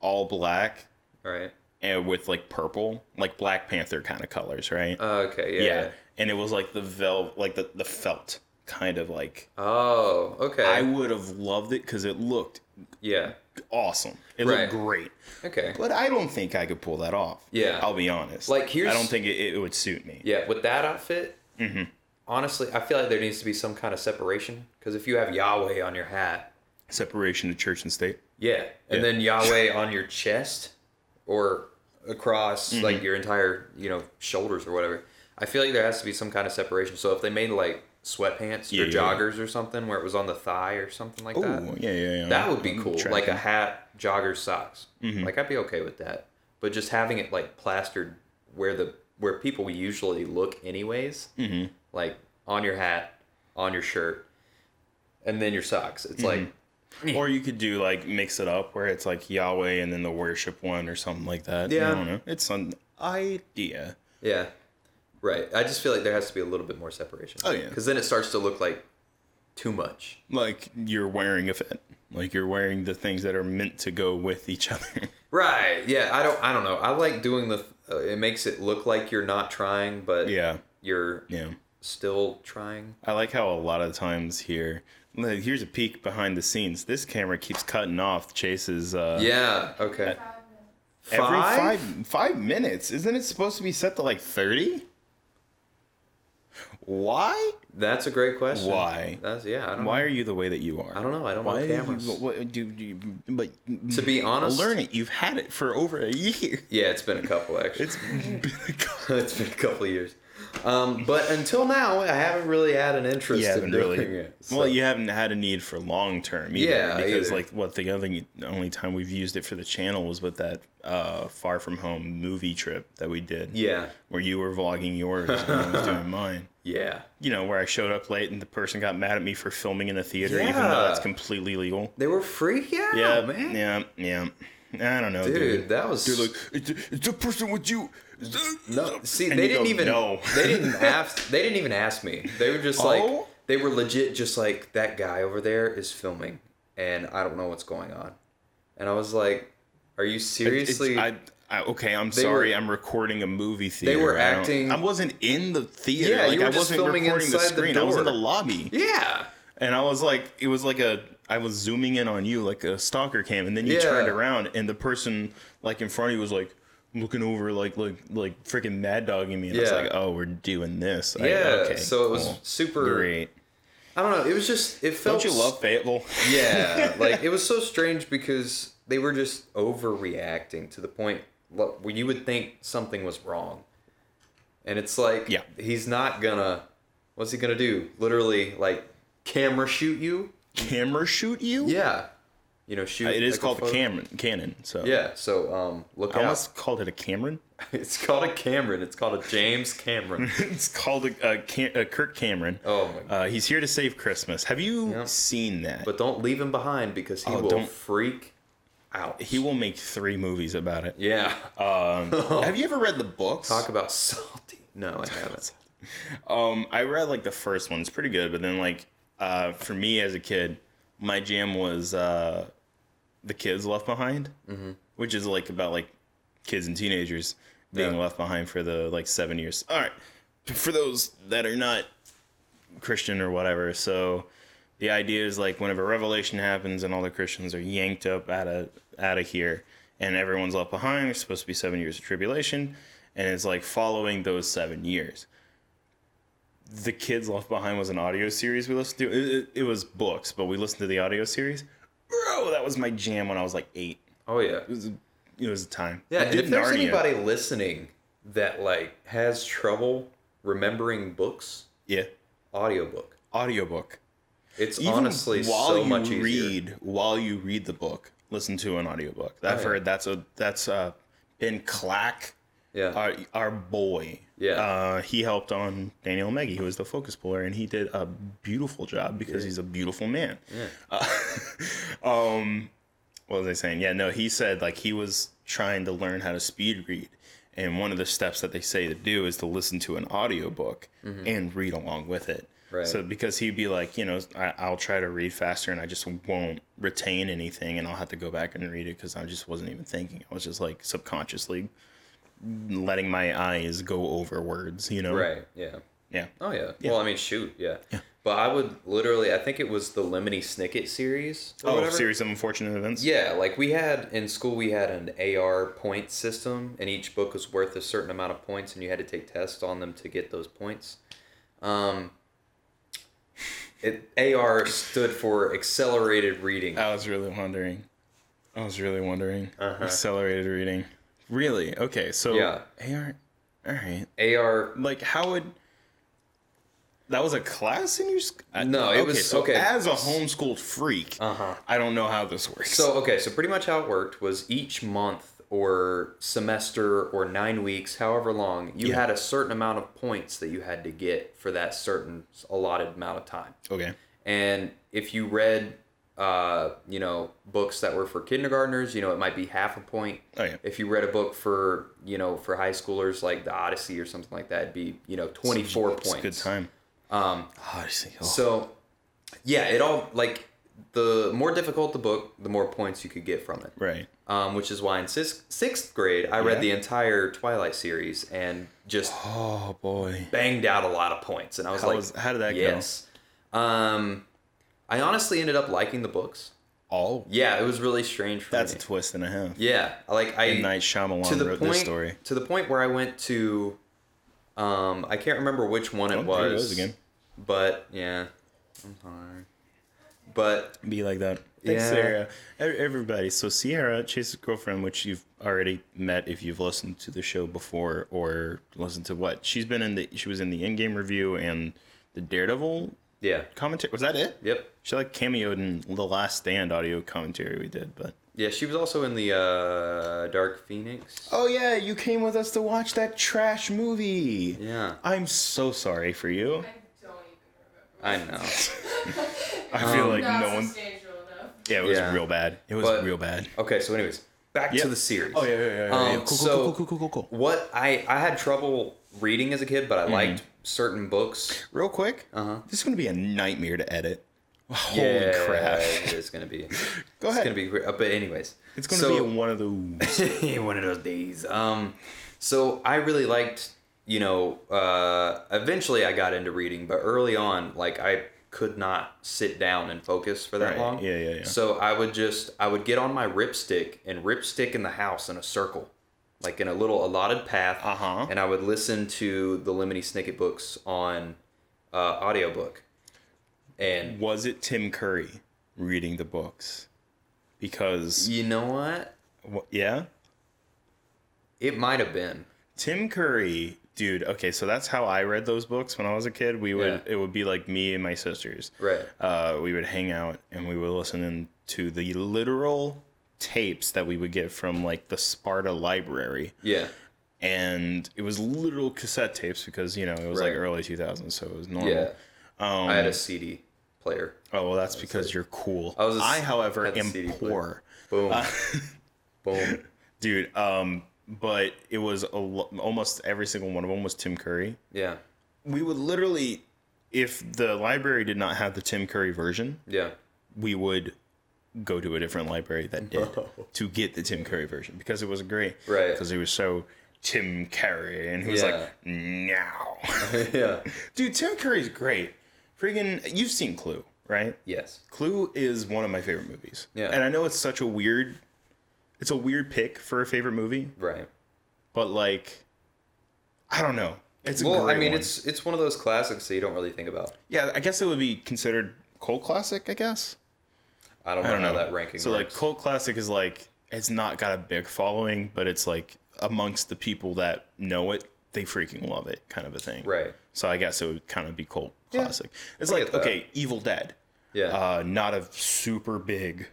[SPEAKER 2] all black
[SPEAKER 1] all right.
[SPEAKER 2] and with like purple, like Black Panther kind of colors, right?
[SPEAKER 1] Oh, Okay. Yeah.
[SPEAKER 2] Oh, yeah.
[SPEAKER 1] yeah.
[SPEAKER 2] and it was like the vel, like the the felt kind of like.
[SPEAKER 1] Oh. Okay.
[SPEAKER 2] I would have loved it because it looked
[SPEAKER 1] yeah.
[SPEAKER 2] awesome. It
[SPEAKER 1] Right.
[SPEAKER 2] looked great,
[SPEAKER 1] Okay.
[SPEAKER 2] but I don't think I could pull that off.
[SPEAKER 1] Yeah.
[SPEAKER 2] I'll be honest.
[SPEAKER 1] Like, here's-
[SPEAKER 2] I don't think it, it would suit me. Mm-hmm.
[SPEAKER 1] Yeah, with that outfit, honestly, I feel like there needs to be some kind of separation because if you have Yahweh on your hat,
[SPEAKER 2] Separation of church and state.
[SPEAKER 1] yeah, and
[SPEAKER 2] Yeah.
[SPEAKER 1] then Yahweh on your chest or across
[SPEAKER 2] Mm-hmm.
[SPEAKER 1] like your entire you know shoulders or whatever, I feel like there has to be some kind of separation. So if they made like sweatpants
[SPEAKER 2] Yeah,
[SPEAKER 1] or
[SPEAKER 2] yeah.
[SPEAKER 1] joggers or something where it was on the thigh or something like
[SPEAKER 2] Oh,
[SPEAKER 1] that,
[SPEAKER 2] yeah, yeah, yeah.
[SPEAKER 1] That would be
[SPEAKER 2] I'm Mm-hmm.
[SPEAKER 1] cool.
[SPEAKER 2] tracking.
[SPEAKER 1] Like a hat, joggers, socks. Like I'd be okay with that. But just having it like plastered where the where people usually look anyways, mm-hmm. like on your hat, on your shirt, and then your socks. It's
[SPEAKER 2] Mm-hmm.
[SPEAKER 1] like
[SPEAKER 2] Or you could do like mix it up where it's like Yahweh and then the worship one or something like that.
[SPEAKER 1] Yeah.
[SPEAKER 2] I don't know. It's an idea.
[SPEAKER 1] yeah. Right. I just feel like there has to be a little bit more separation.
[SPEAKER 2] Oh, yeah.
[SPEAKER 1] Cuz then it starts to look like too much.
[SPEAKER 2] Like you're wearing a fit. Like you're wearing the things that are meant to go with each other.
[SPEAKER 1] Right. Yeah, I don't I don't know. I like doing the uh, it makes it look like you're not trying but
[SPEAKER 2] yeah.
[SPEAKER 1] you're
[SPEAKER 2] Yeah.
[SPEAKER 1] still trying.
[SPEAKER 2] I like how a lot of times here like, here's a peek behind the scenes. This camera keeps cutting off Chase's uh
[SPEAKER 1] Yeah, okay.
[SPEAKER 2] every five five minutes. Isn't it supposed to be set to like thirty? Why?
[SPEAKER 1] That's a great question.
[SPEAKER 2] Why?
[SPEAKER 1] That's yeah. I don't
[SPEAKER 2] Why
[SPEAKER 1] Know.
[SPEAKER 2] are you the way that you are?
[SPEAKER 1] I don't know. I don't
[SPEAKER 2] Why
[SPEAKER 1] know
[SPEAKER 2] do you-
[SPEAKER 1] cameras.
[SPEAKER 2] what- do you- but
[SPEAKER 1] To be honest,
[SPEAKER 2] learn it. You've had it for over a year.
[SPEAKER 1] yeah, it's been a couple actually.
[SPEAKER 2] It's been a couple.
[SPEAKER 1] it's been a couple of years. Um, but until now, I haven't really had an interest
[SPEAKER 2] You
[SPEAKER 1] in
[SPEAKER 2] haven't
[SPEAKER 1] doing
[SPEAKER 2] really.
[SPEAKER 1] it. so-
[SPEAKER 2] Well, you haven't had a need for long term either.
[SPEAKER 1] Yeah,
[SPEAKER 2] because
[SPEAKER 1] either.
[SPEAKER 2] like what the other thing, the only time we've used it for the channel was with that uh, Far From Home movie trip that we did.
[SPEAKER 1] Yeah,
[SPEAKER 2] Where you were vlogging yours and I was doing mine.
[SPEAKER 1] yeah.
[SPEAKER 2] You know, where I showed up late and the person got mad at me for filming in a theater, even though
[SPEAKER 1] Yeah.
[SPEAKER 2] that's completely legal.
[SPEAKER 1] They were freaking out,
[SPEAKER 2] Yeah,
[SPEAKER 1] man.
[SPEAKER 2] Yeah, yeah. I don't know,
[SPEAKER 1] Dude,
[SPEAKER 2] dude.
[SPEAKER 1] that was
[SPEAKER 2] They're like, it's, it's a person with you.
[SPEAKER 1] no. See,
[SPEAKER 2] And
[SPEAKER 1] they didn't
[SPEAKER 2] you go,
[SPEAKER 1] even.
[SPEAKER 2] "No."
[SPEAKER 1] they didn't ask. They didn't even ask me. They were just like.
[SPEAKER 2] Oh?
[SPEAKER 1] They were legit, just like that guy over there is filming, and I don't know what's going on. And I was like, "Are you
[SPEAKER 2] It's-
[SPEAKER 1] seriously?"
[SPEAKER 2] I, I, okay, I'm sorry.
[SPEAKER 1] were-
[SPEAKER 2] I'm recording a movie theater.
[SPEAKER 1] were
[SPEAKER 2] I don't-
[SPEAKER 1] acting-
[SPEAKER 2] I wasn't in the theater.
[SPEAKER 1] Yeah, you
[SPEAKER 2] like,
[SPEAKER 1] were
[SPEAKER 2] I
[SPEAKER 1] just
[SPEAKER 2] wasn't
[SPEAKER 1] filming
[SPEAKER 2] recording the
[SPEAKER 1] inside the
[SPEAKER 2] screen. I was in the
[SPEAKER 1] door.
[SPEAKER 2] lobby,
[SPEAKER 1] yeah.
[SPEAKER 2] and I was like, it was like a. I was zooming in on you like a stalker cam, and then you
[SPEAKER 1] Yeah.
[SPEAKER 2] turned around, and the person like in front of you was like looking over, like like like freaking mad dogging me, and I was
[SPEAKER 1] Yeah.
[SPEAKER 2] like, oh, we're doing this. I-
[SPEAKER 1] Yeah,
[SPEAKER 2] okay,
[SPEAKER 1] so it was
[SPEAKER 2] cool.
[SPEAKER 1] super.
[SPEAKER 2] great.
[SPEAKER 1] I don't know. It was just it felt.
[SPEAKER 2] Don't you love Fayetteville?
[SPEAKER 1] Yeah, like it was so strange because they were just overreacting to the point lo- where you would think something was wrong, and it's like,
[SPEAKER 2] Yeah.
[SPEAKER 1] he's not gonna. What's he gonna do? Literally, like camera shoot you?
[SPEAKER 2] Camera shoot you?
[SPEAKER 1] Yeah, you know shoot.
[SPEAKER 2] It is
[SPEAKER 1] like,
[SPEAKER 2] called a
[SPEAKER 1] photo-
[SPEAKER 2] Cameron Canon. So
[SPEAKER 1] Yeah, so um, look
[SPEAKER 2] I
[SPEAKER 1] out.
[SPEAKER 2] almost called it a Cameron.
[SPEAKER 1] It's called a Cameron. It's called a James Cameron.
[SPEAKER 2] it's called a, a, Cam- a Kirk Cameron.
[SPEAKER 1] Oh my god.
[SPEAKER 2] Uh, he's here to save Christmas. Have you
[SPEAKER 1] Yeah.
[SPEAKER 2] seen that?
[SPEAKER 1] But don't leave him behind because he
[SPEAKER 2] Oh,
[SPEAKER 1] will
[SPEAKER 2] don't-
[SPEAKER 1] freak out.
[SPEAKER 2] he will make three movies about it.
[SPEAKER 1] Yeah.
[SPEAKER 2] Um, have you ever read the books?
[SPEAKER 1] Talk about salty. No, I haven't.
[SPEAKER 2] Um, I read like the first one. It's pretty good, but then like uh, for me as a kid, my jam was uh, the kids left behind, which is like about like kids and teenagers being
[SPEAKER 1] Yeah.
[SPEAKER 2] left behind for the like seven years. All right, for those that are not Christian or whatever, so the idea is like whenever Revelation happens and all the Christians are yanked up out of out of here, and everyone's left behind. There's supposed to be seven years of tribulation, and it's like following those seven years. The Kids Left Behind was an audio series we listened to. It, it, it was books, but we listened to the audio series. Bro, that was my jam when I was like eight.
[SPEAKER 1] Oh yeah.
[SPEAKER 2] It was a, it was a time.
[SPEAKER 1] Yeah.
[SPEAKER 2] I
[SPEAKER 1] and
[SPEAKER 2] did
[SPEAKER 1] If there's
[SPEAKER 2] Narnia.
[SPEAKER 1] anybody listening that like has trouble remembering books,
[SPEAKER 2] yeah,
[SPEAKER 1] audiobook.
[SPEAKER 2] audiobook.
[SPEAKER 1] It's
[SPEAKER 2] Even
[SPEAKER 1] honestly
[SPEAKER 2] while
[SPEAKER 1] so
[SPEAKER 2] you
[SPEAKER 1] much easier.
[SPEAKER 2] read while you read the book, listen to an audiobook.
[SPEAKER 1] Oh,
[SPEAKER 2] I've
[SPEAKER 1] yeah.
[SPEAKER 2] heard that's a that's uh Ben Clack,
[SPEAKER 1] Yeah.
[SPEAKER 2] our our boy.
[SPEAKER 1] Yeah.
[SPEAKER 2] uh, he helped on Daniel Meggie, who was the focus puller, and he did a beautiful job because he's a beautiful man. Um, what was I saying? Yeah, no, he said like he was trying to learn how to speed read. And one of the steps that they say to do is to listen to an audiobook and read along with it.
[SPEAKER 1] Mm-hmm. Right.
[SPEAKER 2] So because he'd be like, you know, I, I'll try to read faster and I just won't retain anything and I'll have to go back and read it because I just wasn't even thinking. I was just like subconsciously letting my eyes go over words, you know?
[SPEAKER 1] Right. Yeah.
[SPEAKER 2] Yeah.
[SPEAKER 1] Oh yeah. Well, I mean, shoot. Yeah. But I would literally. I think it was the Lemony Snicket series. Or
[SPEAKER 2] Oh,
[SPEAKER 1] whatever.
[SPEAKER 2] series of unfortunate events.
[SPEAKER 1] Yeah, like we had in school, we had an AR point system, and each book was worth a certain amount of points, and you had to take tests on them to get those points. Um, it AR stood for accelerated reading.
[SPEAKER 2] I was really wondering. I was really wondering.
[SPEAKER 1] Uh-huh.
[SPEAKER 2] Accelerated reading. Really? Okay. So
[SPEAKER 1] Yeah.
[SPEAKER 2] AR. All right.
[SPEAKER 1] AR
[SPEAKER 2] Like how would. That was a class in your school?
[SPEAKER 1] No, it was- okay.
[SPEAKER 2] As a homeschooled freak, uh-huh. I don't know how this works.
[SPEAKER 1] So okay, so pretty much how it worked was each month or semester or nine weeks, however long, you
[SPEAKER 2] Yeah.
[SPEAKER 1] had a certain amount of points that you had to get for that certain allotted amount of time.
[SPEAKER 2] okay,
[SPEAKER 1] And if you read, uh, you know, books that were for kindergartners, you know, it might be half a point.
[SPEAKER 2] Oh, yeah.
[SPEAKER 1] If you read a book for, you know, for high schoolers like the Odyssey or something like that, it'd be, you know, twenty four
[SPEAKER 2] it's
[SPEAKER 1] points.
[SPEAKER 2] a good time. Um, Odyssey. Oh,
[SPEAKER 1] So, yeah, it all like the more difficult the book, the more points you could get from it
[SPEAKER 2] right.
[SPEAKER 1] um, which is why in sixth, sixth grade I read
[SPEAKER 2] Yeah.
[SPEAKER 1] the entire Twilight series and just
[SPEAKER 2] Oh boy.
[SPEAKER 1] banged out a lot of points. And I was
[SPEAKER 2] How
[SPEAKER 1] like,
[SPEAKER 2] was- how did that go?
[SPEAKER 1] yes. Um, I honestly ended up liking the books.
[SPEAKER 2] All.
[SPEAKER 1] Yeah, it was really strange for
[SPEAKER 2] That's a
[SPEAKER 1] me.
[SPEAKER 2] twist and a half.
[SPEAKER 1] yeah, like I
[SPEAKER 2] M. Night Shyamalan
[SPEAKER 1] to the
[SPEAKER 2] wrote
[SPEAKER 1] point
[SPEAKER 2] this story.
[SPEAKER 1] to the point where I went to, um, I can't remember which one it
[SPEAKER 2] Oh, there he
[SPEAKER 1] was.
[SPEAKER 2] goes again.
[SPEAKER 1] But yeah, I'm sorry. But
[SPEAKER 2] Be like that. Thanks,
[SPEAKER 1] Yeah.
[SPEAKER 2] Sarah. Ev- Everybody. So Sierra, Chase's girlfriend, which you've already met if you've listened to the show before or listened to what she's been in the. She was in the in-game review and the Daredevil
[SPEAKER 1] yeah,
[SPEAKER 2] commentary. Was that it?
[SPEAKER 1] yep,
[SPEAKER 2] She like cameoed in the Last Stand audio commentary we did, but.
[SPEAKER 1] yeah. She was also in the uh, Dark Phoenix.
[SPEAKER 2] Oh yeah, you came with us to watch that trash movie.
[SPEAKER 1] Yeah,
[SPEAKER 2] I'm so sorry for you.
[SPEAKER 3] I don't even
[SPEAKER 1] I know.
[SPEAKER 2] I feel like
[SPEAKER 3] remember.
[SPEAKER 2] no one.
[SPEAKER 3] substantial enough.
[SPEAKER 2] Um, Yeah, it was
[SPEAKER 1] Yeah.
[SPEAKER 2] real bad. It was
[SPEAKER 1] But-
[SPEAKER 2] real bad.
[SPEAKER 1] Okay, so anyways, back
[SPEAKER 2] Yeah.
[SPEAKER 1] to the series.
[SPEAKER 2] Oh yeah, yeah, yeah.
[SPEAKER 1] Um,
[SPEAKER 2] yeah, yeah. Cool, cool,
[SPEAKER 1] so-
[SPEAKER 2] cool, cool, cool, cool, cool.
[SPEAKER 1] What I I had trouble reading as a kid,
[SPEAKER 2] Mm-hmm.
[SPEAKER 1] but I liked certain books.
[SPEAKER 2] Real quick,
[SPEAKER 1] Uh-huh.
[SPEAKER 2] this is gonna be a nightmare to edit. Holy crap!
[SPEAKER 1] It's gonna be.
[SPEAKER 2] Go
[SPEAKER 1] It's
[SPEAKER 2] ahead.
[SPEAKER 1] gonna be. great. But anyways,
[SPEAKER 2] It's gonna
[SPEAKER 1] so-
[SPEAKER 2] be one of those.
[SPEAKER 1] one of those days. Um, so I really liked, you know, uh, eventually I got into reading, but early on, like I could not sit down and focus for that
[SPEAKER 2] Right.
[SPEAKER 1] long.
[SPEAKER 2] Yeah, yeah, yeah.
[SPEAKER 1] So I would just, I would get on my ripstick and ripstick in the house in a circle, like in a little allotted path.
[SPEAKER 2] Uh-huh.
[SPEAKER 1] And I would listen to the Lemony Snicket books on uh, audiobook. And
[SPEAKER 2] was it Tim Curry reading the books? Because
[SPEAKER 1] you know what?
[SPEAKER 2] wh- yeah,
[SPEAKER 1] It might have been.
[SPEAKER 2] Tim Curry, dude. Okay, so that's how I read those books when I was a kid. We would
[SPEAKER 1] Yeah.
[SPEAKER 2] it would be like me and my sisters.
[SPEAKER 1] Right.
[SPEAKER 2] Uh, we would hang out and we would listen in to the literal tapes that we would get from like the Sparta library.
[SPEAKER 1] Yeah.
[SPEAKER 2] and it was literal cassette tapes because you know it was like
[SPEAKER 1] Right.
[SPEAKER 2] early 2000s so it was normal
[SPEAKER 1] Yeah.
[SPEAKER 2] um
[SPEAKER 1] I had a CD player.
[SPEAKER 2] oh well that's because you're cool i,
[SPEAKER 1] was a s-
[SPEAKER 2] however
[SPEAKER 1] had a
[SPEAKER 2] am
[SPEAKER 1] CD player.
[SPEAKER 2] poor
[SPEAKER 1] Boom. Boom.
[SPEAKER 2] dude um but it was a, lo- almost every single one of them was tim curry
[SPEAKER 1] Yeah.
[SPEAKER 2] we would literally if the library did not have the tim curry version
[SPEAKER 1] Yeah.
[SPEAKER 2] we would go to a different library that did to get the Tim Curry version because it was great.
[SPEAKER 1] Oh. Right.
[SPEAKER 2] Because he was so Tim Curry and he was
[SPEAKER 1] Yeah.
[SPEAKER 2] like, now.
[SPEAKER 1] yeah.
[SPEAKER 2] Dude, Tim Curry's great. Freaking, you've seen Clue, right?
[SPEAKER 1] Yes.
[SPEAKER 2] Clue is one of my favorite movies.
[SPEAKER 1] Yeah.
[SPEAKER 2] And I know it's such a weird, it's a weird pick for a favorite movie,
[SPEAKER 1] Right.
[SPEAKER 2] but like, I don't know. It's a
[SPEAKER 1] Well,
[SPEAKER 2] great
[SPEAKER 1] I mean,
[SPEAKER 2] one.
[SPEAKER 1] it's it's one of those classics that you don't really think about.
[SPEAKER 2] yeah. I guess it would be considered cult classic. I guess.
[SPEAKER 1] I don't,
[SPEAKER 2] I don't
[SPEAKER 1] know,
[SPEAKER 2] know
[SPEAKER 1] how that ranking.
[SPEAKER 2] So like,
[SPEAKER 1] works.
[SPEAKER 2] cult classic is like it's not got a big following, but it's like amongst the people that know it, they freaking love it, kind of a thing.
[SPEAKER 1] Right.
[SPEAKER 2] So I guess it would kind of be cult
[SPEAKER 1] Yeah.
[SPEAKER 2] classic. It's
[SPEAKER 1] I
[SPEAKER 2] like
[SPEAKER 1] get that.
[SPEAKER 2] okay, Evil Dead.
[SPEAKER 1] Yeah.
[SPEAKER 2] uh, not a super big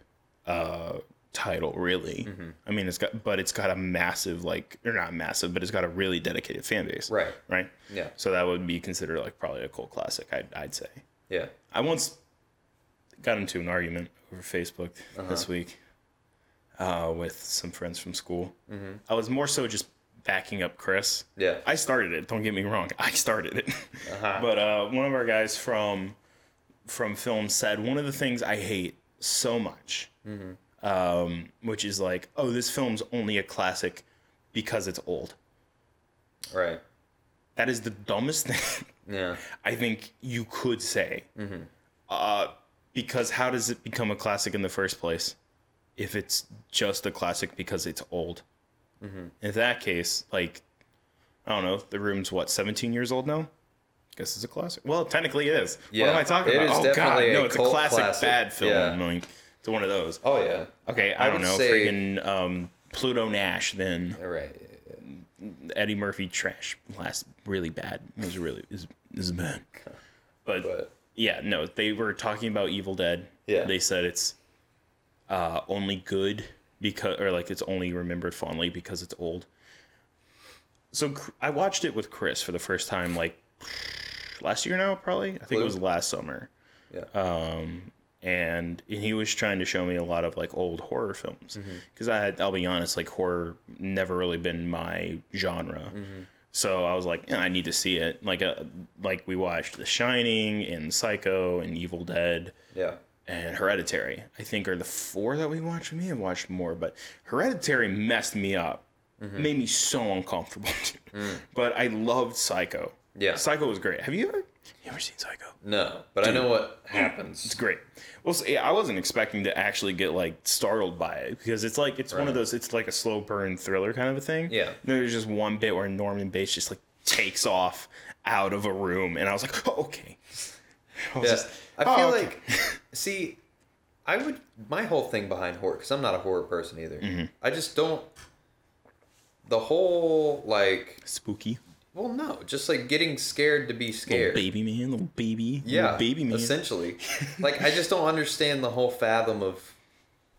[SPEAKER 2] uh, title really. I mean, it's got, but it's got a massive like, or not massive, but it's got a really dedicated fan base.
[SPEAKER 1] Right.
[SPEAKER 2] Right.
[SPEAKER 1] Yeah.
[SPEAKER 2] So that would be considered like probably a cult classic. I'd, I'd say.
[SPEAKER 1] yeah.
[SPEAKER 2] I once got into an argument over Facebook this week uh, with some friends from school. I was more so just backing up Chris.
[SPEAKER 1] Yeah.
[SPEAKER 2] I started it. Don't get me wrong. I started it. But uh, one of our guys from from film said one of the things I hate so much, um, which is like, oh, this film's only a classic because it's old.
[SPEAKER 1] right.
[SPEAKER 2] That is the dumbest thing
[SPEAKER 1] Yeah.
[SPEAKER 2] I think you could say.
[SPEAKER 1] Mm-hmm.
[SPEAKER 2] Uh, because how does it become a classic in the first place if it's just a classic because it's old?
[SPEAKER 1] Mm-hmm.
[SPEAKER 2] In that case, like, I don't know, the room's what, 17 years old now? Guess it's a classic. Well, technically it is.
[SPEAKER 1] Yeah,
[SPEAKER 2] what am I talking
[SPEAKER 1] it
[SPEAKER 2] about?
[SPEAKER 1] is
[SPEAKER 2] oh
[SPEAKER 1] definitely
[SPEAKER 2] god,
[SPEAKER 1] a
[SPEAKER 2] no, it's a
[SPEAKER 1] cult
[SPEAKER 2] classic,
[SPEAKER 1] classic.
[SPEAKER 2] bad film.
[SPEAKER 1] Yeah.
[SPEAKER 2] Like, it's one of those.
[SPEAKER 1] Oh yeah.
[SPEAKER 2] Okay, I,
[SPEAKER 1] I
[SPEAKER 2] don't
[SPEAKER 1] would
[SPEAKER 2] know.
[SPEAKER 1] say-
[SPEAKER 2] Freaking um, Pluto Nash. Then
[SPEAKER 1] All right.
[SPEAKER 2] Eddie Murphy trash. Last really bad. It was really is is bad. But,
[SPEAKER 1] But
[SPEAKER 2] yeah, no, they were talking about Evil Dead.
[SPEAKER 1] Yeah.
[SPEAKER 2] they said it's uh, only good because, or like it's only remembered fondly because it's old. So cr- I watched it with Chris for the first time, like last year now, probably. I think it
[SPEAKER 1] Blue?
[SPEAKER 2] was last summer. Um,
[SPEAKER 1] yeah.
[SPEAKER 2] and he was trying to show me a lot of like old horror films
[SPEAKER 1] Mm-hmm.
[SPEAKER 2] because I had I'll be honest like horror never really been my genre
[SPEAKER 1] Mm-hmm.
[SPEAKER 2] so I was like yeah, I need to see it like uh, like we watched The Shining and Psycho and Evil Dead
[SPEAKER 1] yeah.
[SPEAKER 2] and Hereditary I think are the four that we watched we may have watched more but Hereditary messed me up
[SPEAKER 1] Mm-hmm.
[SPEAKER 2] made me so uncomfortable but I loved Psycho
[SPEAKER 1] Mm. Yeah.
[SPEAKER 2] Psycho was great have you ever you ever seen Psycho
[SPEAKER 1] No, but I know what
[SPEAKER 2] it's
[SPEAKER 1] happens.
[SPEAKER 2] great. Well, so, yeah, I wasn't expecting to actually get like startled by it because it's like it's one of
[SPEAKER 1] Right.
[SPEAKER 2] those. It's like a slow burn thriller kind of a thing.
[SPEAKER 1] Yeah.
[SPEAKER 2] There's just one bit where Norman Bates just like takes off out of a room, and I was like, oh, okay. I was
[SPEAKER 1] Yeah.
[SPEAKER 2] just-
[SPEAKER 1] I
[SPEAKER 2] oh,
[SPEAKER 1] feel
[SPEAKER 2] okay.
[SPEAKER 1] like see, I would my whole thing behind horror because I'm not a horror person either.
[SPEAKER 2] Mm-hmm.
[SPEAKER 1] I just don't. The whole like
[SPEAKER 2] spooky
[SPEAKER 1] well no, just like getting scared to be
[SPEAKER 2] little
[SPEAKER 1] scared.
[SPEAKER 2] baby man, little baby,
[SPEAKER 1] yeah,
[SPEAKER 2] little baby man.
[SPEAKER 1] Essentially, like I just don't understand the whole fathom of,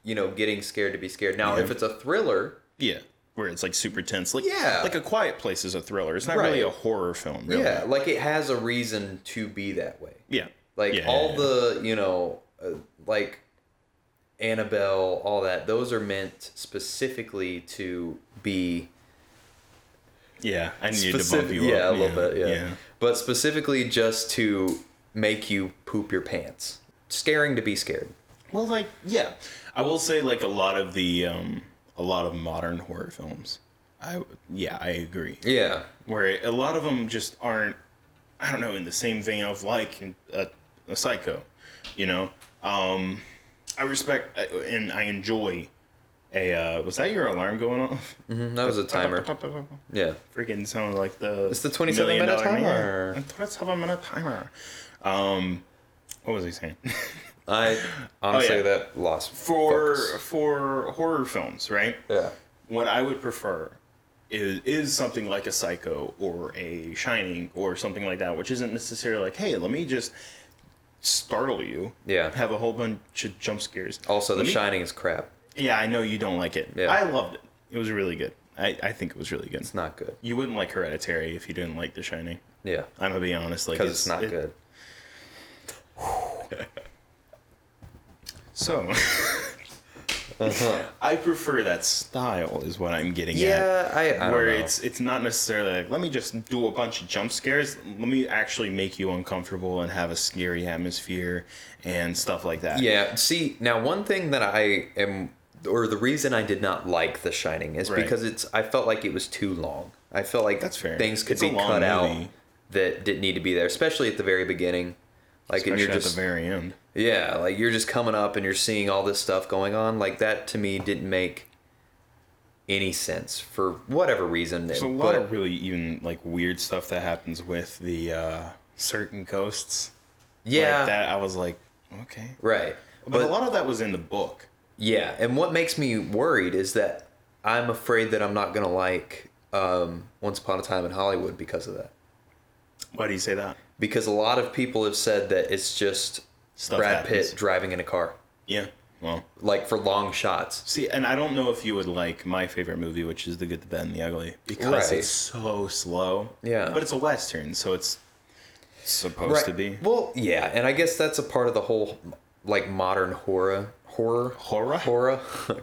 [SPEAKER 1] you know, getting scared to be scared. Now,
[SPEAKER 2] Yeah.
[SPEAKER 1] if it's a thriller,
[SPEAKER 2] yeah. Where it's like super tense, like
[SPEAKER 1] Yeah.
[SPEAKER 2] like a Quiet Place is a thriller. It's not
[SPEAKER 1] Right.
[SPEAKER 2] really a horror film, really.
[SPEAKER 1] yeah, like it has a reason to be that way.
[SPEAKER 2] yeah.
[SPEAKER 1] Like
[SPEAKER 2] Yeah.
[SPEAKER 1] all the you know, uh, like Annabelle, all that. Those are meant specifically to be
[SPEAKER 2] yeah, I needed to bump
[SPEAKER 1] specific.
[SPEAKER 2] you
[SPEAKER 1] Yeah,
[SPEAKER 2] up.
[SPEAKER 1] a little bit. Yeah. but specifically just to make you poop your pants. Scaring to be scared.
[SPEAKER 2] Well, like yeah, I will say like a lot of the um, a lot of modern horror films. I yeah, I agree.
[SPEAKER 1] Yeah,
[SPEAKER 2] Where a lot of them just aren't, I don't know, in the same vein of like a, a psycho, you know. Um, I respect uh, and I enjoy a. Uh, was that your alarm going off?
[SPEAKER 1] Mhm, that was a timer. Yeah.
[SPEAKER 2] Freaking sounded like the
[SPEAKER 1] It's the 27
[SPEAKER 2] million
[SPEAKER 1] minute
[SPEAKER 2] dollar man.
[SPEAKER 1] timer.
[SPEAKER 2] The 27 minute timer. Um, what was he saying?
[SPEAKER 1] I honestly
[SPEAKER 2] Oh, yeah.
[SPEAKER 1] that lost
[SPEAKER 2] for
[SPEAKER 1] focus.
[SPEAKER 2] for horror films, right?
[SPEAKER 1] yeah
[SPEAKER 2] what I would prefer is is something like a Psycho or a Shining or something like that, which isn't necessarily like, hey, let me just startle you.
[SPEAKER 1] Yeah.
[SPEAKER 2] Have a whole bunch of jump scares.
[SPEAKER 1] also The
[SPEAKER 2] Let me-
[SPEAKER 1] Shining is crap.
[SPEAKER 2] Yeah, I know you don't like it.
[SPEAKER 1] Yeah.
[SPEAKER 2] I loved it. It was really good. I, I think it was really good.
[SPEAKER 1] It's not good.
[SPEAKER 2] You wouldn't like Hereditary if you didn't like The Shining.
[SPEAKER 1] Yeah,
[SPEAKER 2] I'm gonna be honest, like
[SPEAKER 1] because it's, not
[SPEAKER 2] it-
[SPEAKER 1] good.
[SPEAKER 2] So
[SPEAKER 1] Uh-huh.
[SPEAKER 2] I prefer that style, is what I'm getting at.
[SPEAKER 1] Yeah, I, I don't
[SPEAKER 2] where
[SPEAKER 1] know.
[SPEAKER 2] it's it's not necessarily like let me just do a bunch of jump scares let me actually make you uncomfortable and have a scary atmosphere and stuff like that
[SPEAKER 1] yeah. See, now one thing that I am, or the reason I did not like The Shining is
[SPEAKER 2] Right.
[SPEAKER 1] because it's. I felt like it was too long. I felt like
[SPEAKER 2] That's fair.
[SPEAKER 1] Things could
[SPEAKER 2] It's a
[SPEAKER 1] be
[SPEAKER 2] long
[SPEAKER 1] cut out
[SPEAKER 2] movie.
[SPEAKER 1] that didn't need to be there, especially at the very beginning. Like
[SPEAKER 2] especially
[SPEAKER 1] and you're
[SPEAKER 2] at
[SPEAKER 1] just
[SPEAKER 2] the very end
[SPEAKER 1] yeah, like you're just coming up and you're seeing all this stuff going on. Like that to me didn't make any sense for whatever reason.
[SPEAKER 2] there's a lot of really even like weird stuff that happens with the uh certain ghosts
[SPEAKER 1] yeah,
[SPEAKER 2] like that i was like okay
[SPEAKER 1] right.
[SPEAKER 2] but,
[SPEAKER 1] But
[SPEAKER 2] a lot of that was in the book
[SPEAKER 1] yeah, and what makes me worried is that I'm afraid that I'm not gonna like um, Once Upon a Time in Hollywood because of that.
[SPEAKER 2] why do you say that
[SPEAKER 1] Because a lot of people have said that it's just
[SPEAKER 2] Stuff
[SPEAKER 1] Brad
[SPEAKER 2] happens.
[SPEAKER 1] Pitt driving in a car,
[SPEAKER 2] yeah well
[SPEAKER 1] like for long shots.
[SPEAKER 2] see and i don't know if you would like my favorite movie which is the good the bad and the ugly because
[SPEAKER 1] Right.
[SPEAKER 2] it's so slow
[SPEAKER 1] Yeah.
[SPEAKER 2] but it's a western so it's supposed to be
[SPEAKER 1] Well, yeah, and I guess that's a part of the whole like modern horror, horror,
[SPEAKER 2] Horror?
[SPEAKER 1] horror, horror.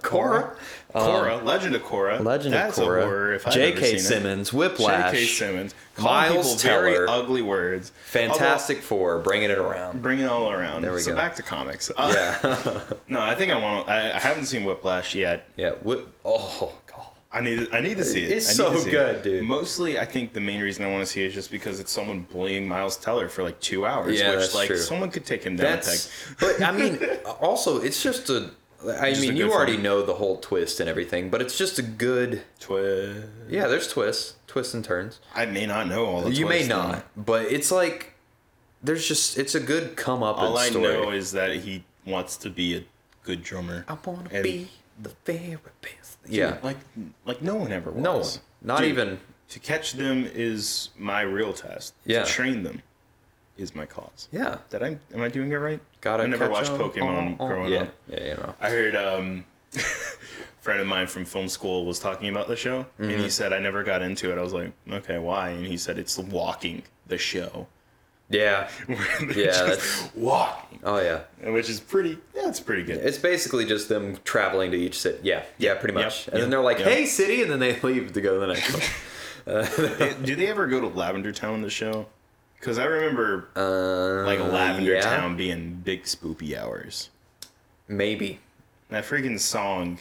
[SPEAKER 2] Cora, Uh, Legend of Cora.
[SPEAKER 1] Legend
[SPEAKER 2] That's
[SPEAKER 1] of Korra,
[SPEAKER 2] a horror if I've ever seen
[SPEAKER 1] J.K.
[SPEAKER 2] it.
[SPEAKER 1] Simmons,
[SPEAKER 2] J.K.
[SPEAKER 1] Whiplash,
[SPEAKER 2] Simmons. Calling
[SPEAKER 1] Miles
[SPEAKER 2] people very
[SPEAKER 1] Teller.
[SPEAKER 2] ugly words.
[SPEAKER 1] Fantastic Four, bringing it
[SPEAKER 2] Although,
[SPEAKER 1] around.
[SPEAKER 2] bring it all around.
[SPEAKER 1] There we
[SPEAKER 2] so
[SPEAKER 1] go.
[SPEAKER 2] back to comics. Uh,
[SPEAKER 1] Yeah,
[SPEAKER 2] No, I think I want. I, I haven't seen Whiplash yet.
[SPEAKER 1] yeah. What? Oh god.
[SPEAKER 2] I need. I need to see it.
[SPEAKER 1] It's
[SPEAKER 2] I need
[SPEAKER 1] so
[SPEAKER 2] to see
[SPEAKER 1] good,
[SPEAKER 2] it.
[SPEAKER 1] dude.
[SPEAKER 2] Mostly, I think the main reason I want to see it is just because it's someone bullying Miles Teller for like two hours.
[SPEAKER 1] Yeah,
[SPEAKER 2] which
[SPEAKER 1] that's
[SPEAKER 2] like
[SPEAKER 1] true.
[SPEAKER 2] someone could take him down. a
[SPEAKER 1] That's. but I mean, also, it's just a I
[SPEAKER 2] Just a
[SPEAKER 1] mean,
[SPEAKER 2] good
[SPEAKER 1] you already
[SPEAKER 2] film.
[SPEAKER 1] know the whole twist and everything, but it's just a good.
[SPEAKER 2] Twist.
[SPEAKER 1] Yeah, there's twists, twists and turns.
[SPEAKER 2] I may not know all the.
[SPEAKER 1] you may
[SPEAKER 2] twists, though.
[SPEAKER 1] not, but it's like there's just it's a good come up.
[SPEAKER 2] All I
[SPEAKER 1] story.
[SPEAKER 2] know is that he wants to be a good drummer.
[SPEAKER 1] I want to
[SPEAKER 2] And-
[SPEAKER 1] be the therapist. Yeah.
[SPEAKER 2] like like no one ever was.
[SPEAKER 1] No one. Not
[SPEAKER 2] Dude,
[SPEAKER 1] even.
[SPEAKER 2] to catch them is my real test.
[SPEAKER 1] Yeah.
[SPEAKER 2] to train them is my cause.
[SPEAKER 1] Yeah. Oh,
[SPEAKER 2] Did I am I doing it right?
[SPEAKER 1] Gotta
[SPEAKER 2] I never
[SPEAKER 1] catch
[SPEAKER 2] watched
[SPEAKER 1] 'em
[SPEAKER 2] Pokemon
[SPEAKER 1] all.
[SPEAKER 2] growing
[SPEAKER 1] yeah.
[SPEAKER 2] up.
[SPEAKER 1] Yeah, you know.
[SPEAKER 2] I heard um, a friend of mine from film school was talking about the show, and
[SPEAKER 1] Mm-hmm.
[SPEAKER 2] he said I never got into it. I was like, okay, why? And he said it's walking the show.
[SPEAKER 1] Yeah.
[SPEAKER 2] yeah,
[SPEAKER 1] Yeah,
[SPEAKER 2] just walking,
[SPEAKER 1] Oh yeah.
[SPEAKER 2] which is pretty. Yeah, it's pretty good.
[SPEAKER 1] It's basically just them traveling to each city. Yeah. Yeah, pretty
[SPEAKER 2] Yep,
[SPEAKER 1] much. and
[SPEAKER 2] yep,
[SPEAKER 1] then they're like,
[SPEAKER 2] yep.
[SPEAKER 1] "Hey, city," and then they leave to go to the next one.
[SPEAKER 2] Do they ever go to Lavender Town in the show? Because I remember
[SPEAKER 1] Uh,
[SPEAKER 2] like Lavender
[SPEAKER 1] yeah,
[SPEAKER 2] Town being big spoopy hours.
[SPEAKER 1] Maybe.
[SPEAKER 2] That freaking song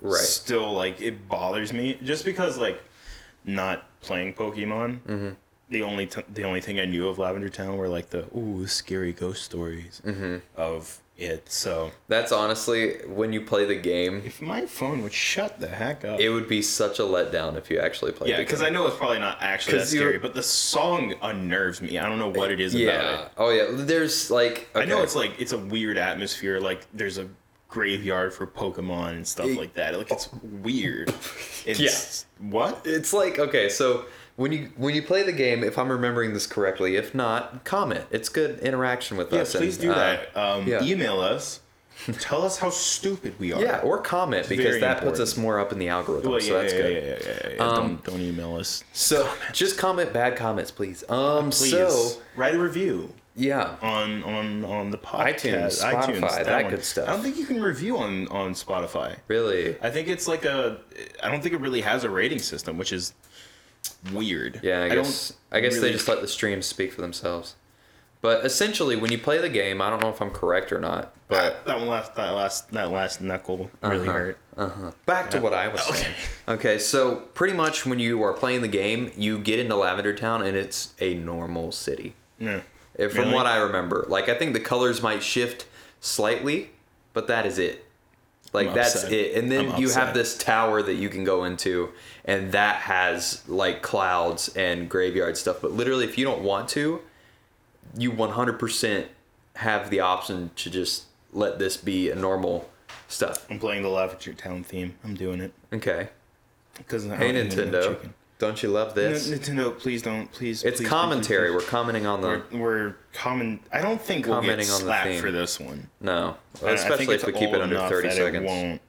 [SPEAKER 1] Right.
[SPEAKER 2] still like it bothers me just because like not playing Pokemon.
[SPEAKER 1] Mm-hmm.
[SPEAKER 2] The only t- the only thing I knew of Lavender Town were like the ooh scary ghost stories
[SPEAKER 1] Mm-hmm.
[SPEAKER 2] of it. So
[SPEAKER 1] That's honestly when you play the game,
[SPEAKER 2] if my phone would shut the heck up.
[SPEAKER 1] it would be such a letdown if you actually played.
[SPEAKER 2] yeah,
[SPEAKER 1] the
[SPEAKER 2] because
[SPEAKER 1] game.
[SPEAKER 2] I know it's probably not actually that
[SPEAKER 1] 'Cause you're-
[SPEAKER 2] scary, but the song unnerves me. I don't know what it is about it.
[SPEAKER 1] Yeah. Oh yeah. There's like.
[SPEAKER 2] I know
[SPEAKER 1] okay.
[SPEAKER 2] it's like it's a weird atmosphere. Like there's a graveyard for Pokemon and stuff
[SPEAKER 1] It-
[SPEAKER 2] like that. Like it's weird. It's, What?
[SPEAKER 1] it's like okay so when you when you play the game if i'm remembering this correctly if not comment it's good interaction with
[SPEAKER 2] Yeah,
[SPEAKER 1] us and,
[SPEAKER 2] please do
[SPEAKER 1] uh,
[SPEAKER 2] that. Um,
[SPEAKER 1] yeah.
[SPEAKER 2] Email us. Tell us how stupid we are.
[SPEAKER 1] yeah or comment because
[SPEAKER 2] very
[SPEAKER 1] that puts
[SPEAKER 2] important.
[SPEAKER 1] us more up in the algorithm
[SPEAKER 2] Well, yeah,
[SPEAKER 1] so that's
[SPEAKER 2] yeah,
[SPEAKER 1] good
[SPEAKER 2] yeah, yeah, yeah, yeah, yeah. don't, don't email us.
[SPEAKER 1] so just comment bad comments please um
[SPEAKER 2] Please
[SPEAKER 1] so
[SPEAKER 2] write a review
[SPEAKER 1] yeah
[SPEAKER 2] on on on the podcast,
[SPEAKER 1] iTunes, Spotify, that
[SPEAKER 2] one.
[SPEAKER 1] good stuff.
[SPEAKER 2] I don't think you can review on on Spotify.
[SPEAKER 1] really
[SPEAKER 2] I think it's like a. I don't think it really has a rating system, which is weird.
[SPEAKER 1] yeah i
[SPEAKER 2] don't
[SPEAKER 1] guess i, guess
[SPEAKER 2] really-
[SPEAKER 1] they just let the streams speak for themselves but essentially when you play the game i don't know if i'm correct or not but
[SPEAKER 2] that one last that last that last knuckle really
[SPEAKER 1] Uh-huh.
[SPEAKER 2] hurt.
[SPEAKER 1] Back to what I was
[SPEAKER 2] Okay.
[SPEAKER 1] saying. Okay, so pretty much when you are playing the game, you get into Lavender Town and it's a normal city.
[SPEAKER 2] Yeah.
[SPEAKER 1] If- From
[SPEAKER 2] Really?
[SPEAKER 1] what I remember, like I think the colors might shift slightly, but that is it. Like
[SPEAKER 2] I'm
[SPEAKER 1] that's
[SPEAKER 2] upset.
[SPEAKER 1] it. And then
[SPEAKER 2] I'm
[SPEAKER 1] you have
[SPEAKER 2] upset.
[SPEAKER 1] this tower that you can go into and that has like clouds and graveyard stuff, but literally if you don't want to, you 100% have the option to just let this be a normal stuff.
[SPEAKER 2] I'm playing the Lavender Town theme. I'm doing it
[SPEAKER 1] Okay.
[SPEAKER 2] because
[SPEAKER 1] Hey Nintendo, don't you love this?
[SPEAKER 2] Nintendo, please don't, please.
[SPEAKER 1] it's
[SPEAKER 2] please,
[SPEAKER 1] commentary.
[SPEAKER 2] please,
[SPEAKER 1] We're commenting on the
[SPEAKER 2] please. We're, we're common. I don't think we'll get
[SPEAKER 1] Commenting on the
[SPEAKER 2] slapped
[SPEAKER 1] theme.
[SPEAKER 2] for this one,
[SPEAKER 1] no,
[SPEAKER 2] I- I think
[SPEAKER 1] especially
[SPEAKER 2] it's
[SPEAKER 1] if we keep
[SPEAKER 2] old
[SPEAKER 1] it under
[SPEAKER 2] enough
[SPEAKER 1] thirty
[SPEAKER 2] that It
[SPEAKER 1] seconds.
[SPEAKER 2] won't,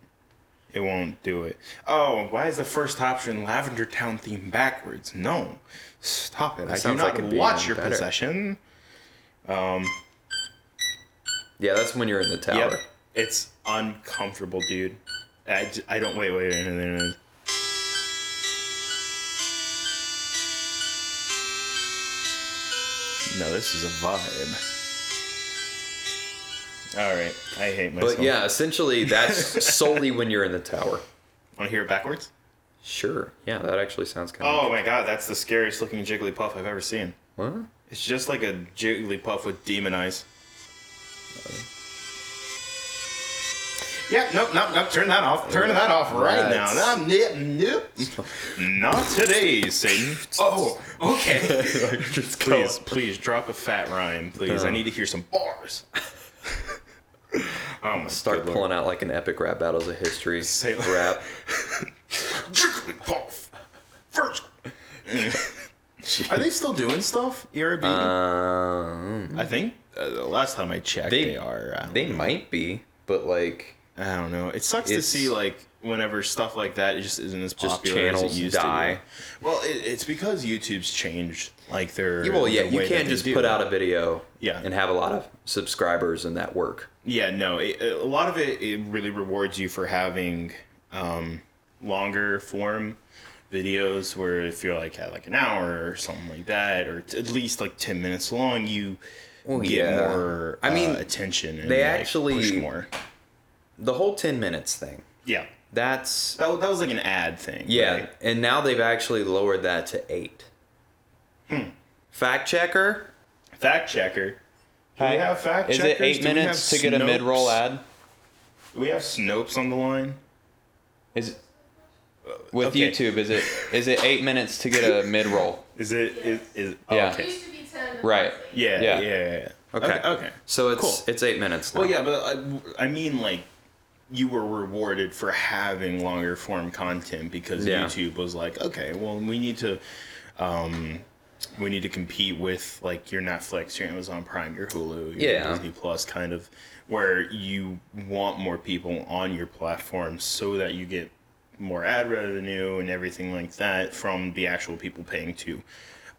[SPEAKER 2] it won't do it. Oh, why is the first option Lavender Town theme backwards? No, stop it! I do
[SPEAKER 1] sounds
[SPEAKER 2] not
[SPEAKER 1] like it'd be
[SPEAKER 2] watch
[SPEAKER 1] even
[SPEAKER 2] your
[SPEAKER 1] better.
[SPEAKER 2] possession.
[SPEAKER 1] Yeah, that's when you're in the tower.
[SPEAKER 2] Yep. It's uncomfortable, dude. I, j- I don't wait wait wait no, no, no. No, this is a vibe. All right, I hate myself.
[SPEAKER 1] But yeah, essentially that's solely when you're in the tower.
[SPEAKER 2] want to hear it backwards?
[SPEAKER 1] Sure. Yeah, that actually sounds kind of.
[SPEAKER 2] Oh my god, that's the scariest looking Jigglypuff I've ever seen.
[SPEAKER 1] What?
[SPEAKER 2] It's just like a Jigglypuff with demon eyes. Yeah, nope, nope, nope. Turn that off. Turn that off right
[SPEAKER 1] That's-
[SPEAKER 2] now. No, nip, nip. Not today, Satan. Oh, okay.
[SPEAKER 1] Just
[SPEAKER 2] please, please drop a fat rhyme, please. I need to hear some bars. I'm
[SPEAKER 1] Start pulling out like an epic rap battles of history
[SPEAKER 2] Say-
[SPEAKER 1] rap.
[SPEAKER 2] Jigglypuff. First. Are they still doing stuff? Erebee?
[SPEAKER 1] Um,
[SPEAKER 2] I think uh, the last time I checked,
[SPEAKER 1] They-
[SPEAKER 2] they, are. uh, I don't,
[SPEAKER 1] they might be, but like
[SPEAKER 2] I don't know. It sucks to
[SPEAKER 1] It's-
[SPEAKER 2] see like whenever stuff like that just isn't as
[SPEAKER 1] Just
[SPEAKER 2] popular as
[SPEAKER 1] channels
[SPEAKER 2] it used to.
[SPEAKER 1] die.
[SPEAKER 2] Be. Well, it, it's because YouTube's changed. Like their
[SPEAKER 1] well, yeah,
[SPEAKER 2] the
[SPEAKER 1] you
[SPEAKER 2] way that
[SPEAKER 1] can't
[SPEAKER 2] they
[SPEAKER 1] just
[SPEAKER 2] do
[SPEAKER 1] put
[SPEAKER 2] it.
[SPEAKER 1] out a video
[SPEAKER 2] Yeah.
[SPEAKER 1] and have a lot of subscribers and that work.
[SPEAKER 2] Yeah, no. It, it- a lot of it, it really rewards you for having um, longer form videos where if you're like at like an hour or something like that, or t- at least like ten minutes long, you get
[SPEAKER 1] yeah.
[SPEAKER 2] more.
[SPEAKER 1] I mean,
[SPEAKER 2] uh, attention. And,
[SPEAKER 1] they
[SPEAKER 2] like,
[SPEAKER 1] actually-
[SPEAKER 2] push more.
[SPEAKER 1] The whole 10 minutes thing.
[SPEAKER 2] Yeah.
[SPEAKER 1] That's
[SPEAKER 2] That, wa- that was like an ad thing.
[SPEAKER 1] Yeah,
[SPEAKER 2] right?
[SPEAKER 1] and now they've actually lowered that to eight.
[SPEAKER 2] Hmm.
[SPEAKER 1] Fact checker,
[SPEAKER 2] Fact checker. Do we have fact
[SPEAKER 1] is
[SPEAKER 2] checkers?
[SPEAKER 1] it eight
[SPEAKER 2] Do we
[SPEAKER 1] minutes to
[SPEAKER 2] have
[SPEAKER 1] get a
[SPEAKER 2] Snopes?
[SPEAKER 1] mid-roll ad?
[SPEAKER 2] Do we have Snopes on the line?
[SPEAKER 1] Is with
[SPEAKER 2] okay.
[SPEAKER 1] YouTube is it is it eight minutes to get a mid roll?
[SPEAKER 2] Is it? Is, is oh,
[SPEAKER 1] Yeah.
[SPEAKER 2] Okay.
[SPEAKER 3] It used to be 10. but
[SPEAKER 1] Right.
[SPEAKER 3] it's eight.
[SPEAKER 2] Yeah,
[SPEAKER 1] Yeah.
[SPEAKER 2] yeah, yeah, yeah.
[SPEAKER 1] Okay.
[SPEAKER 2] Okay.
[SPEAKER 1] So it's
[SPEAKER 2] Cool.
[SPEAKER 1] it's eight minutes. Now.
[SPEAKER 2] Well, yeah, but uh, I, I mean, like, you were rewarded for having longer form content because
[SPEAKER 1] Yeah.
[SPEAKER 2] YouTube was like, okay, well, we need to, um, we need to compete with like your Netflix, your Amazon Prime, your Hulu, your
[SPEAKER 1] Yeah.
[SPEAKER 2] Disney Plus, kind of where you want more people on your platform so that you get more ad revenue and everything like that from the actual people paying to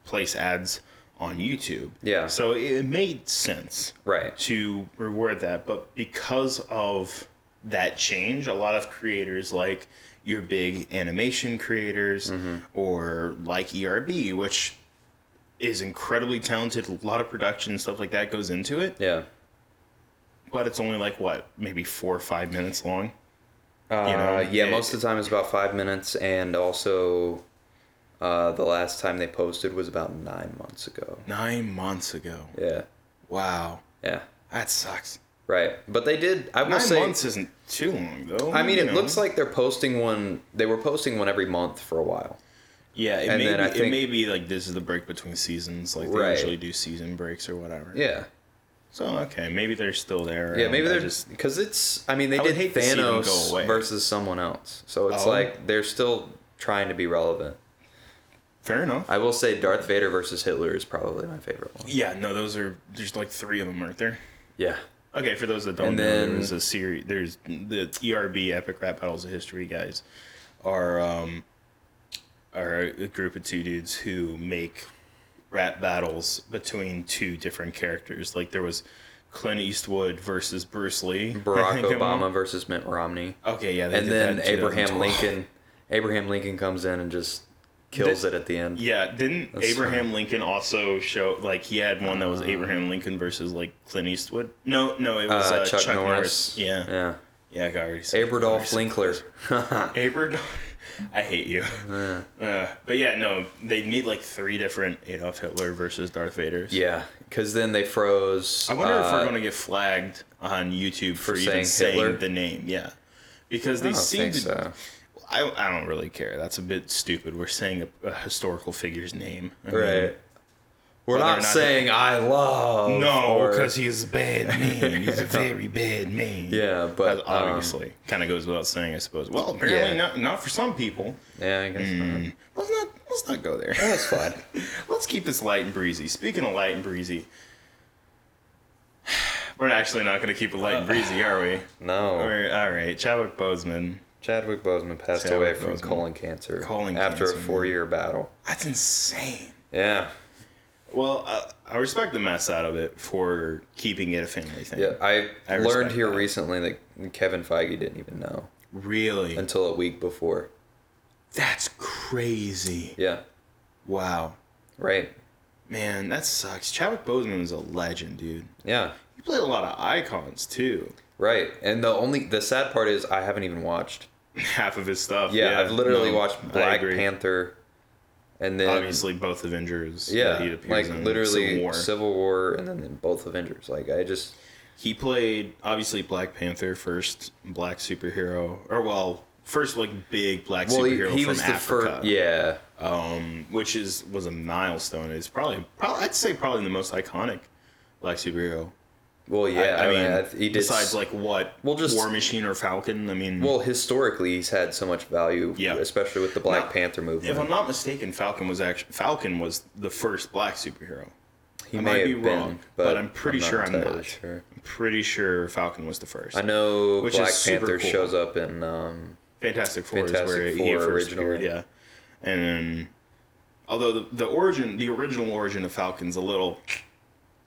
[SPEAKER 2] place ads on YouTube.
[SPEAKER 1] Yeah.
[SPEAKER 2] So it made sense
[SPEAKER 1] Right.
[SPEAKER 2] to reward that. But because of that change, a lot of creators like your big animation creators
[SPEAKER 1] Mm-hmm.
[SPEAKER 2] or like ERB, which is incredibly talented, a lot of production and stuff like that goes into it.
[SPEAKER 1] Yeah.
[SPEAKER 2] But it's only like what, maybe four or five minutes long.
[SPEAKER 1] Uh,
[SPEAKER 2] know,
[SPEAKER 1] yeah,
[SPEAKER 2] it-
[SPEAKER 1] most of the time it's about five minutes, and also uh, the last time they posted was about nine months ago.
[SPEAKER 2] Nine months ago.
[SPEAKER 1] Yeah,
[SPEAKER 2] Wow.
[SPEAKER 1] yeah,
[SPEAKER 2] That sucks.
[SPEAKER 1] right. But they did. I will
[SPEAKER 2] Nine
[SPEAKER 1] say.
[SPEAKER 2] months isn't too long though.
[SPEAKER 1] I mean,
[SPEAKER 2] you
[SPEAKER 1] it
[SPEAKER 2] know?
[SPEAKER 1] looks like they're posting one. They were posting one every month for a while.
[SPEAKER 2] Yeah, it
[SPEAKER 1] And
[SPEAKER 2] may
[SPEAKER 1] then
[SPEAKER 2] be,
[SPEAKER 1] I think-
[SPEAKER 2] it may be like this is the break between seasons, like they
[SPEAKER 1] Right.
[SPEAKER 2] usually do season breaks or whatever.
[SPEAKER 1] Yeah,
[SPEAKER 2] So okay, maybe they're still there.
[SPEAKER 1] yeah. Maybe
[SPEAKER 2] I
[SPEAKER 1] they're
[SPEAKER 2] just
[SPEAKER 1] just because it's. I mean, they
[SPEAKER 2] I
[SPEAKER 1] did
[SPEAKER 2] would hate to see them go
[SPEAKER 1] Thanos
[SPEAKER 2] away.
[SPEAKER 1] versus someone else, so it's
[SPEAKER 2] Oh.
[SPEAKER 1] like they're still trying to be relevant.
[SPEAKER 2] fair enough.
[SPEAKER 1] I will say Darth Vader versus Hitler is probably my favorite one.
[SPEAKER 2] Yeah, no, those are there's like three of them, aren't there?
[SPEAKER 1] Yeah.
[SPEAKER 2] Okay, for those that don't
[SPEAKER 1] And
[SPEAKER 2] know,
[SPEAKER 1] then-
[SPEAKER 2] there was a series. There's the ERB Epic Rap Battles of History guys, are um, are a group of two dudes who make rap battles between two different characters. Like there was Clint Eastwood versus Bruce Lee, I
[SPEAKER 1] Barack
[SPEAKER 2] think it was.
[SPEAKER 1] Obama versus Mitt Romney.
[SPEAKER 2] Okay, yeah, they
[SPEAKER 1] and
[SPEAKER 2] did that
[SPEAKER 1] then
[SPEAKER 2] in
[SPEAKER 1] Abraham
[SPEAKER 2] 2012.
[SPEAKER 1] Lincoln. Abraham Lincoln comes in and just kills
[SPEAKER 2] Did-
[SPEAKER 1] it at the end.
[SPEAKER 2] Yeah, didn't
[SPEAKER 1] That's Uh-huh.
[SPEAKER 2] Abraham Lincoln also show like he had one that was Abraham Lincoln versus like Clint Eastwood? No, no, it
[SPEAKER 1] Uh,
[SPEAKER 2] was uh,
[SPEAKER 1] Chuck, Norris.
[SPEAKER 2] Yeah, yeah,
[SPEAKER 1] Yeah.
[SPEAKER 2] I already said
[SPEAKER 1] Aberdolf Linkler.
[SPEAKER 2] Aberdolf, I hate you.
[SPEAKER 1] Yeah.
[SPEAKER 2] Uh, but yeah, no, they made like three different Adolf Hitler versus Darth Vaders.
[SPEAKER 1] yeah. Because then they froze.
[SPEAKER 2] I wonder if we're
[SPEAKER 1] uh,
[SPEAKER 2] gonna get flagged on YouTube for,
[SPEAKER 1] for
[SPEAKER 2] even
[SPEAKER 1] saying
[SPEAKER 2] saying
[SPEAKER 1] Hitler?
[SPEAKER 2] the name. Yeah, because
[SPEAKER 1] I
[SPEAKER 2] they
[SPEAKER 1] don't
[SPEAKER 2] seem
[SPEAKER 1] think
[SPEAKER 2] to.
[SPEAKER 1] so.
[SPEAKER 2] I, I don't really care. That's a bit stupid. We're saying a, a historical figure's name. I mean,
[SPEAKER 1] Right. We're
[SPEAKER 2] Whether or
[SPEAKER 1] not,
[SPEAKER 2] not-
[SPEAKER 1] saying I love.
[SPEAKER 2] No,
[SPEAKER 1] or-
[SPEAKER 2] because he's a bad man. He's a very bad man.
[SPEAKER 1] Yeah,
[SPEAKER 2] But
[SPEAKER 1] but. um,
[SPEAKER 2] obviously, kind of goes without saying, I suppose. Well, apparently
[SPEAKER 1] Yeah.
[SPEAKER 2] not. Not for some people.
[SPEAKER 1] yeah, I guess.
[SPEAKER 2] Mm-hmm.
[SPEAKER 1] not.
[SPEAKER 2] Let's not. Let's not go there.
[SPEAKER 1] That's fine.
[SPEAKER 2] let's keep this light and breezy. Speaking of light and breezy, we're actually not going to keep it light and breezy, are we?
[SPEAKER 1] No.
[SPEAKER 2] We're, all right, Chadwick Boseman.
[SPEAKER 1] Chadwick Boseman passed
[SPEAKER 2] Chadwick
[SPEAKER 1] away from
[SPEAKER 2] Boseman.
[SPEAKER 1] colon cancer
[SPEAKER 2] Colon
[SPEAKER 1] after
[SPEAKER 2] cancer,
[SPEAKER 1] a
[SPEAKER 2] man.
[SPEAKER 1] four-year battle.
[SPEAKER 2] That's insane.
[SPEAKER 1] Yeah.
[SPEAKER 2] Well, uh, I respect the mess out of it for keeping it a family thing.
[SPEAKER 1] Yeah, I,
[SPEAKER 2] I
[SPEAKER 1] learned
[SPEAKER 2] respect
[SPEAKER 1] here
[SPEAKER 2] that.
[SPEAKER 1] recently that Kevin Feige didn't even know
[SPEAKER 2] Really?
[SPEAKER 1] until a week before.
[SPEAKER 2] That's crazy.
[SPEAKER 1] Yeah,
[SPEAKER 2] Wow.
[SPEAKER 1] right.
[SPEAKER 2] Man, that sucks. Chadwick Boseman was a legend, dude.
[SPEAKER 1] Yeah,
[SPEAKER 2] He played a lot of icons too.
[SPEAKER 1] right. And the only the sad part is I haven't even watched.
[SPEAKER 2] Half of his stuff.
[SPEAKER 1] Yeah, I've literally
[SPEAKER 2] no, I
[SPEAKER 1] watched Black
[SPEAKER 2] agree.
[SPEAKER 1] Panther, and then
[SPEAKER 2] Obviously, both Avengers. that
[SPEAKER 1] yeah,
[SPEAKER 2] he appears
[SPEAKER 1] like
[SPEAKER 2] in,
[SPEAKER 1] literally
[SPEAKER 2] Civil
[SPEAKER 1] Civil
[SPEAKER 2] War.
[SPEAKER 1] War. and then, then both Avengers. Like I just
[SPEAKER 2] he played obviously Black Panther first black superhero, or well, first like big black
[SPEAKER 1] well he,
[SPEAKER 2] superhero
[SPEAKER 1] he
[SPEAKER 2] from
[SPEAKER 1] was the
[SPEAKER 2] Africa.
[SPEAKER 1] first. Yeah,
[SPEAKER 2] um, which is was a milestone. It's probably, probably I'd say probably the most iconic black superhero.
[SPEAKER 1] well
[SPEAKER 2] I-
[SPEAKER 1] yeah.
[SPEAKER 2] I, mean,
[SPEAKER 1] I th- he did.
[SPEAKER 2] besides
[SPEAKER 1] s-
[SPEAKER 2] like what
[SPEAKER 1] Well, just-
[SPEAKER 2] War Machine or Falcon. I mean,
[SPEAKER 1] well historically he's had so much value.
[SPEAKER 2] Yeah.
[SPEAKER 1] especially with the Black
[SPEAKER 2] Now,
[SPEAKER 1] Panther movement.
[SPEAKER 2] If I'm not mistaken, Falcon was actually Falcon was the first black superhero.
[SPEAKER 1] he
[SPEAKER 2] I
[SPEAKER 1] may
[SPEAKER 2] might
[SPEAKER 1] have
[SPEAKER 2] be
[SPEAKER 1] been,
[SPEAKER 2] wrong, but I'm pretty
[SPEAKER 1] not
[SPEAKER 2] sure I'm
[SPEAKER 1] entirely
[SPEAKER 2] not.
[SPEAKER 1] sure.
[SPEAKER 2] I'm pretty sure Falcon was the first.
[SPEAKER 1] I know
[SPEAKER 2] Which is
[SPEAKER 1] Black
[SPEAKER 2] super
[SPEAKER 1] Panther
[SPEAKER 2] cool.
[SPEAKER 1] shows up in um,
[SPEAKER 2] Fantastic Four
[SPEAKER 1] Fantastic
[SPEAKER 2] is where
[SPEAKER 1] Four
[SPEAKER 2] he first
[SPEAKER 1] original.
[SPEAKER 2] appeared, yeah. And then, although the, the origin, the original origin of Falcon's a little,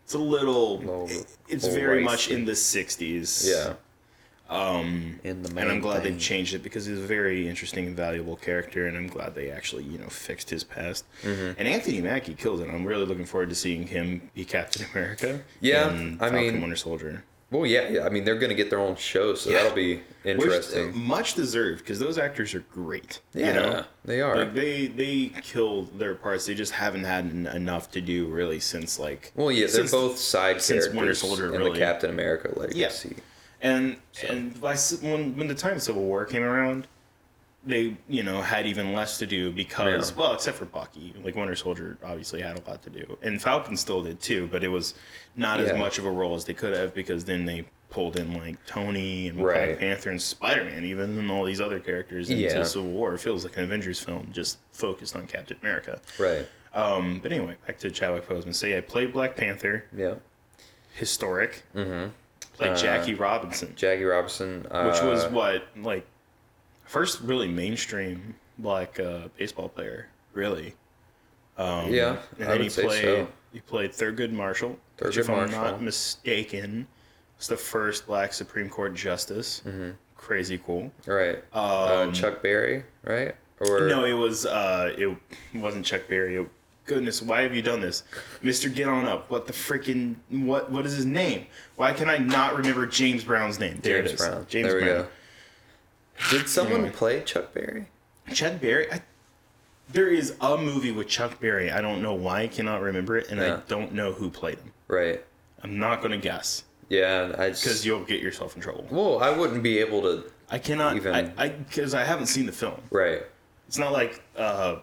[SPEAKER 2] it's a little,
[SPEAKER 1] Little-
[SPEAKER 2] it- it's
[SPEAKER 1] little
[SPEAKER 2] very
[SPEAKER 1] racy.
[SPEAKER 2] much in the '60s.
[SPEAKER 1] yeah. Um, in the
[SPEAKER 2] And I'm
[SPEAKER 1] main
[SPEAKER 2] glad
[SPEAKER 1] thing.
[SPEAKER 2] they've changed it because he's a very interesting and valuable character, and I'm glad they actually, you know, fixed his past. And Anthony Mackie killed it. I'm really looking forward to seeing him be Captain America.
[SPEAKER 1] Yeah,
[SPEAKER 2] and
[SPEAKER 1] I
[SPEAKER 2] Falcon
[SPEAKER 1] mean,
[SPEAKER 2] Winter Soldier.
[SPEAKER 1] Well, yeah, yeah. I mean, they're gonna get their own show, so
[SPEAKER 2] Yeah.
[SPEAKER 1] that'll be
[SPEAKER 2] Which, uh,
[SPEAKER 1] interesting.
[SPEAKER 2] much deserved because those actors are great.
[SPEAKER 1] yeah,
[SPEAKER 2] you know?
[SPEAKER 1] they are.
[SPEAKER 2] Like they they killed their parts. They just haven't had en- enough to do really since like.
[SPEAKER 1] well, yeah, they're
[SPEAKER 2] since-
[SPEAKER 1] both side
[SPEAKER 2] since Winter
[SPEAKER 1] characters
[SPEAKER 2] Soldier,
[SPEAKER 1] in
[SPEAKER 2] really.
[SPEAKER 1] the Captain America legacy.
[SPEAKER 2] Yeah. And and by, s- when when the time of Civil War came around, they you know had even less to do because
[SPEAKER 1] Yeah.
[SPEAKER 2] well, except for Bucky, like Winter Soldier obviously had a lot to do, and Falcon still did too, but it was not
[SPEAKER 1] Yeah.
[SPEAKER 2] as much of a role as they could have because then they pulled in like Tony and
[SPEAKER 1] Right.
[SPEAKER 2] Black Panther and Spider Man even and all these other characters into
[SPEAKER 1] Yeah.
[SPEAKER 2] Civil War. It feels like an Avengers film just focused on Captain America.
[SPEAKER 1] Right.
[SPEAKER 2] Um, but anyway, back to Chadwick Boseman. So yeah, played Black Panther,
[SPEAKER 1] Yeah.
[SPEAKER 2] historic. Mm-hmm.
[SPEAKER 1] Uh,
[SPEAKER 2] Played Jackie Robinson,
[SPEAKER 1] Jackie Robinson. Uh,
[SPEAKER 2] which was what like first really mainstream black uh, baseball player, really. Um,
[SPEAKER 1] Yeah, I
[SPEAKER 2] and then
[SPEAKER 1] would
[SPEAKER 2] he
[SPEAKER 1] say
[SPEAKER 2] played
[SPEAKER 1] so.
[SPEAKER 2] he played Thurgood Marshall, which,
[SPEAKER 1] Thurgood
[SPEAKER 2] if I'm
[SPEAKER 1] Marshall.
[SPEAKER 2] not mistaken, was the first black Supreme Court justice. Mm-hmm. Crazy cool.
[SPEAKER 1] right. uh,
[SPEAKER 2] um,
[SPEAKER 1] Chuck Berry, right? Or
[SPEAKER 2] No, it was uh, it wasn't Chuck Berry. It, goodness, why have you done this, Mister? Get on up. What the freaking what? What is his name? Why can I not remember James Brown's name? There
[SPEAKER 1] James
[SPEAKER 2] it is.
[SPEAKER 1] Brown.
[SPEAKER 2] James
[SPEAKER 1] there we
[SPEAKER 2] Brown.
[SPEAKER 1] go. Did someone
[SPEAKER 2] Anyway.
[SPEAKER 1] play Chuck Berry?
[SPEAKER 2] Chuck Berry. I, there is a movie with Chuck Berry. I don't know why I cannot remember it, and
[SPEAKER 1] Yeah.
[SPEAKER 2] I don't know who played him.
[SPEAKER 1] Right.
[SPEAKER 2] I'm not gonna guess
[SPEAKER 1] Yeah. I
[SPEAKER 2] because
[SPEAKER 1] just.
[SPEAKER 2] you'll get yourself in trouble.
[SPEAKER 1] Well, I wouldn't be able to.
[SPEAKER 2] I cannot
[SPEAKER 1] Even-
[SPEAKER 2] I because I, haven't seen the film.
[SPEAKER 1] Right.
[SPEAKER 2] It's not like uh,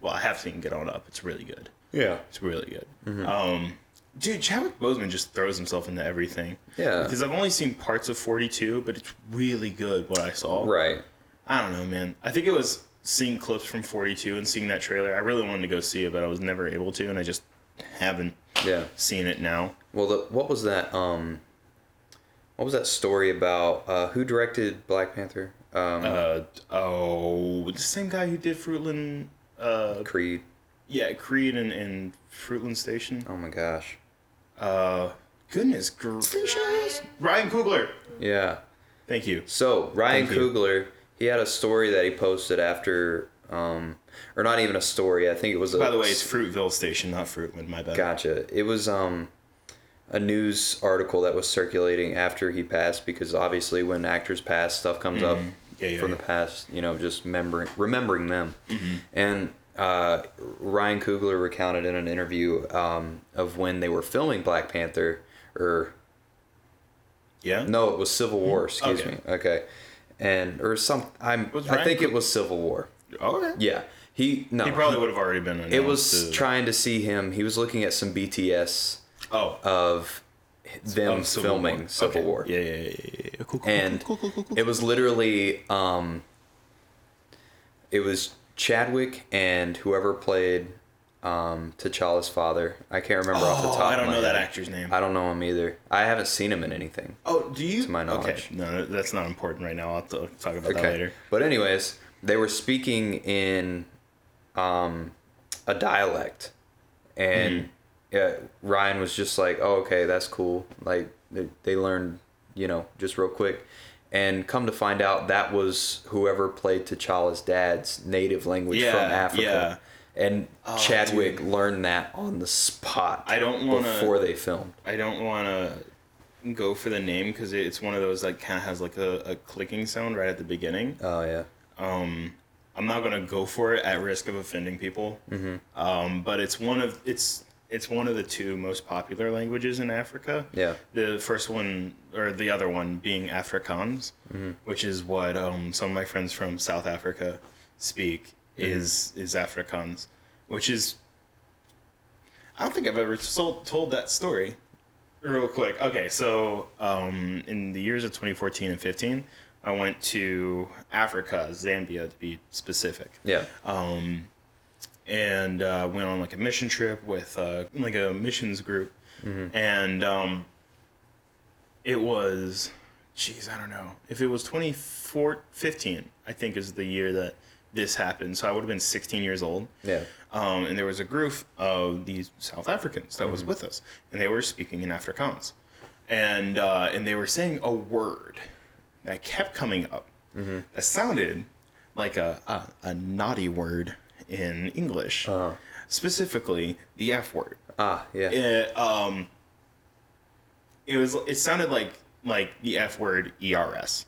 [SPEAKER 2] well, I have seen Get On Up. It's really good.
[SPEAKER 1] Yeah.
[SPEAKER 2] It's really good.
[SPEAKER 1] Mm-hmm.
[SPEAKER 2] Um, dude, Chadwick Boseman just throws himself into everything.
[SPEAKER 1] Yeah.
[SPEAKER 2] Because I've only seen parts of 42, but it's really good what I saw.
[SPEAKER 1] Right.
[SPEAKER 2] I don't know, man. I think it was seeing clips from 42 and seeing that trailer. I really wanted to go see it, but I was never able to, and I just haven't
[SPEAKER 1] Yeah.
[SPEAKER 2] seen it now.
[SPEAKER 1] Well, the, what was that? Um, what was that story about? Uh, who directed Black Panther? Um,
[SPEAKER 2] Uh, oh, the same guy who did Fruitland, uh,
[SPEAKER 1] Creed.
[SPEAKER 2] yeah, Creed and, and Fruitland Station.
[SPEAKER 1] Oh my gosh.
[SPEAKER 2] Uh, goodness gracious. Ryan Coogler.
[SPEAKER 1] Yeah.
[SPEAKER 2] Thank you.
[SPEAKER 1] So Ryan
[SPEAKER 2] Thank you.
[SPEAKER 1] Coogler, he had a story that he posted after, um, or not even a story. I think it was. A,
[SPEAKER 2] By the way, it's Fruitville Station, not Fruitland. My bad.
[SPEAKER 1] Gotcha. It was um a news article that was circulating after he passed because obviously when actors pass, stuff comes up
[SPEAKER 2] Yeah, Mm-hmm. yeah, Mm-hmm.
[SPEAKER 1] from
[SPEAKER 2] yeah.
[SPEAKER 1] the past. You know, just remembering remembering them. And uh, Ryan Coogler recounted in an interview um, of when they were filming Black Panther, or
[SPEAKER 2] Yeah.
[SPEAKER 1] no, it was Civil War. Excuse
[SPEAKER 2] Okay.
[SPEAKER 1] me. Okay, and or some. I'm.
[SPEAKER 2] Was
[SPEAKER 1] I
[SPEAKER 2] Ryan
[SPEAKER 1] think
[SPEAKER 2] Coog-
[SPEAKER 1] it was Civil War.
[SPEAKER 2] Okay.
[SPEAKER 1] Yeah. He no.
[SPEAKER 2] He probably would have already been.
[SPEAKER 1] it was
[SPEAKER 2] announced, uh,
[SPEAKER 1] trying to see him. He was looking at some BTS
[SPEAKER 2] oh.
[SPEAKER 1] of them
[SPEAKER 2] of Civil
[SPEAKER 1] um, filming
[SPEAKER 2] War.
[SPEAKER 1] Civil
[SPEAKER 2] Okay.
[SPEAKER 1] War.
[SPEAKER 2] Yeah, yeah, yeah, yeah, yeah. Cool, cool,
[SPEAKER 1] And
[SPEAKER 2] cool, cool, cool, cool,
[SPEAKER 1] it was literally um it was Chadwick and whoever played um T'Challa's father. I can't remember off the
[SPEAKER 2] Oh,
[SPEAKER 1] top.
[SPEAKER 2] I
[SPEAKER 1] of
[SPEAKER 2] don't
[SPEAKER 1] my
[SPEAKER 2] know that
[SPEAKER 1] head.
[SPEAKER 2] actor's name.
[SPEAKER 1] I don't know him either. I haven't seen him in anything.
[SPEAKER 2] oh, do you?
[SPEAKER 1] my knowledge.
[SPEAKER 2] Okay. No, no, that's not important right now. I'll t- talk about that
[SPEAKER 1] Okay.
[SPEAKER 2] later.
[SPEAKER 1] But anyways, they were speaking in um, a dialect, and yeah,
[SPEAKER 2] Mm-hmm.
[SPEAKER 1] Ryan was just like, "Oh, okay, that's cool." Like they, they learned, you know, just real quick, and come to find out, that was whoever played T'Challa's dad's native language
[SPEAKER 2] Yeah, Oh,
[SPEAKER 1] from Africa. And Chadwick learned that on the spot.
[SPEAKER 2] I don't wanna-
[SPEAKER 1] before they filmed.
[SPEAKER 2] I don't want to go for the name because it's one of those that kind of has like a, a clicking sound right at the beginning.
[SPEAKER 1] Oh yeah,
[SPEAKER 2] Um, I'm not gonna go for it at risk of offending people.
[SPEAKER 1] Mm-hmm.
[SPEAKER 2] Um, but it's one of it's it's one of the two most popular languages in Africa.
[SPEAKER 1] Yeah.
[SPEAKER 2] The first one or the other one being Afrikaans, which is what um, some of my friends from South Africa speak is is Afrikaans, which is I don't think I've ever told, told that story. Real quick. Okay, so um, in the years of 2014 and 15, I went to Africa, Zambia to be specific
[SPEAKER 1] yeah,
[SPEAKER 2] um, and uh, went on like a mission trip with uh, like a missions group, and um, it was, geez, I don't know if it was 2015, I think is the year that this happened. So I would have been 16 years old.
[SPEAKER 1] yeah,
[SPEAKER 2] Um, and there was a group of these South Africans that was with us, and they were speaking in Afrikaans, and uh, and they were saying a word that kept coming up that sounded like a, a a naughty word in English,
[SPEAKER 1] Uh.
[SPEAKER 2] specifically the F word.
[SPEAKER 1] Uh-huh. ah yeah,
[SPEAKER 2] It, um, it was it sounded like like the F word E ers